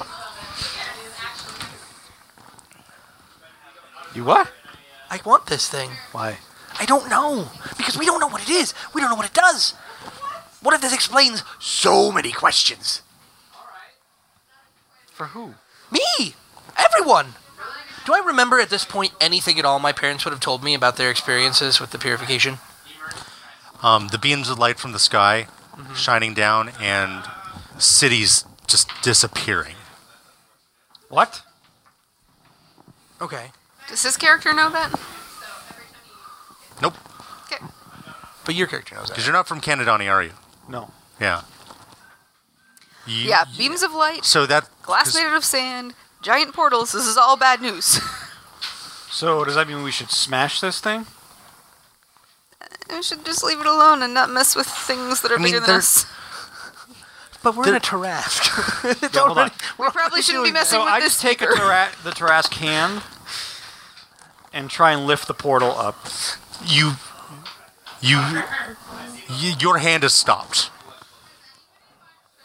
You what? I want this thing. Why? I don't know because we don't know what it is. We don't know what it does. What if this explains so many questions? For who? Me, everyone. Do I remember at this point anything at all my parents would have told me about their experiences with the purification? Um, the beams of light from the sky shining down and cities just disappearing. What? Okay. Does his character know that? Nope. Okay. But your character knows that. Because you're not from Canadani, are you? No. Yeah. You- Yeah, beams of light, So that. glass 'cause- made out of sand, giant portals. This is all bad news. So does that mean we should smash this thing? we should just leave it alone and not mess with things that are I mean, bigger than they're- us. But we're in a Tarrasque. It's Yeah, hold on. already- We probably shouldn't be messing So with I this. just take a either. tara- the Tarrasque hand and try and lift the portal up. you. You. y- Your hand is stopped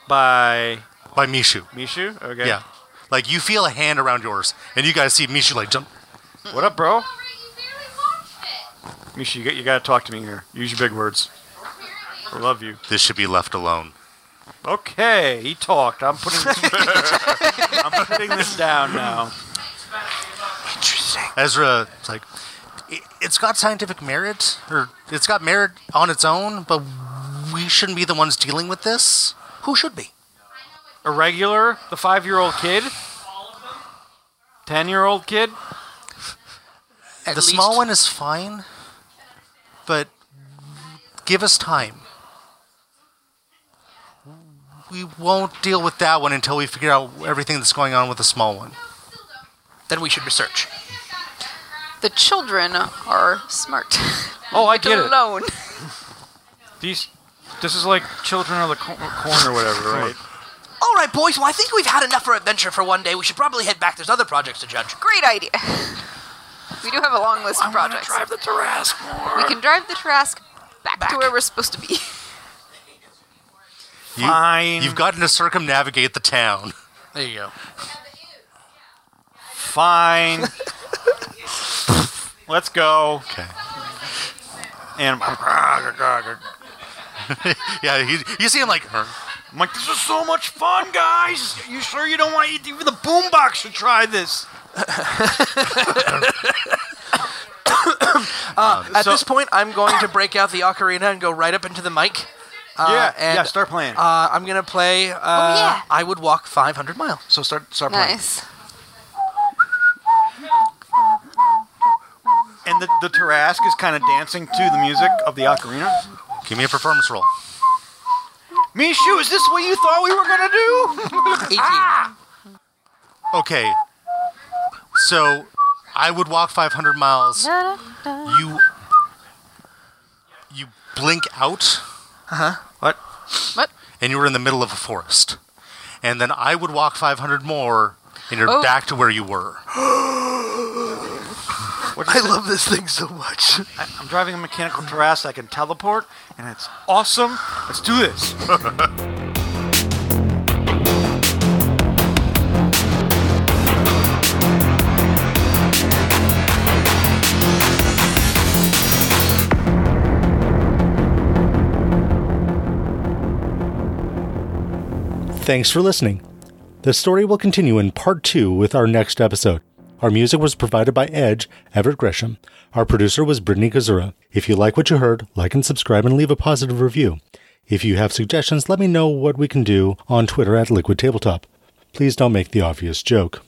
By by Mishu. Mishu? Okay. Yeah. Like you feel a hand around yours, and you guys see Mishu like jump. What up, bro? Mishu, you, got- you gotta talk to me here. Use your big words. I love you. This should be left alone. Okay, he talked. I'm putting this, I'm putting this down now. Interesting. Ezra, it's like, "I- it's got scientific merit, or it's got merit on its own, but we shouldn't be the ones dealing with this. Who should be? Irregular, the five-year-old kid, ten-year-old kid. At the least- small one is fine, but give us time. We won't deal with that one until we figure out everything that's going on with the small one. Then we should research. The children are smart. Oh, I Leave get it. alone. These, this is like children of the cor- corn or whatever, right? All right, boys. Well, I think we've had enough for adventure for one day. We should probably head back. There's other projects to judge. Great idea. We do have a long list of projects. the Tarrasque more. We can drive the Trask back, to where we're supposed to be. You, Fine. You've gotten to circumnavigate the town. There you go. Fine. Let's go. Okay. And ah, I'm Yeah, you, you see him like, "Huh?" like, this is so much fun, guys. You sure you don't want to eat even the boombox should try this? At So- this point, I'm going to break out the ocarina and go right up into the mic yeah, and, yeah. Start playing. Uh, I'm gonna play. Uh, yeah. I would walk 500 miles. So start start playing. Nice. and the, the Tarrasque is kind of dancing to the music of the ocarina. Give me a performance roll. Mishu, is this what you thought we were gonna do? 18. Okay. So I would walk 500 miles. You you blink out what? What? and you were in the middle of a forest. And then I would walk 500 more and you're Oh. back to where you were. I love this thing so much. I, I'm driving a mechanical Tarrasque. I can teleport, and it's awesome. Let's do this. Thanks for listening. The story will continue in part two with our next episode. Our music was provided by Edge, Everett Gresham. Our producer was Brittany Kazura. If you like what you heard, like and subscribe and leave a positive review. If you have suggestions, let me know what we can do on Twitter at Liquid Tabletop. Please don't make the obvious joke.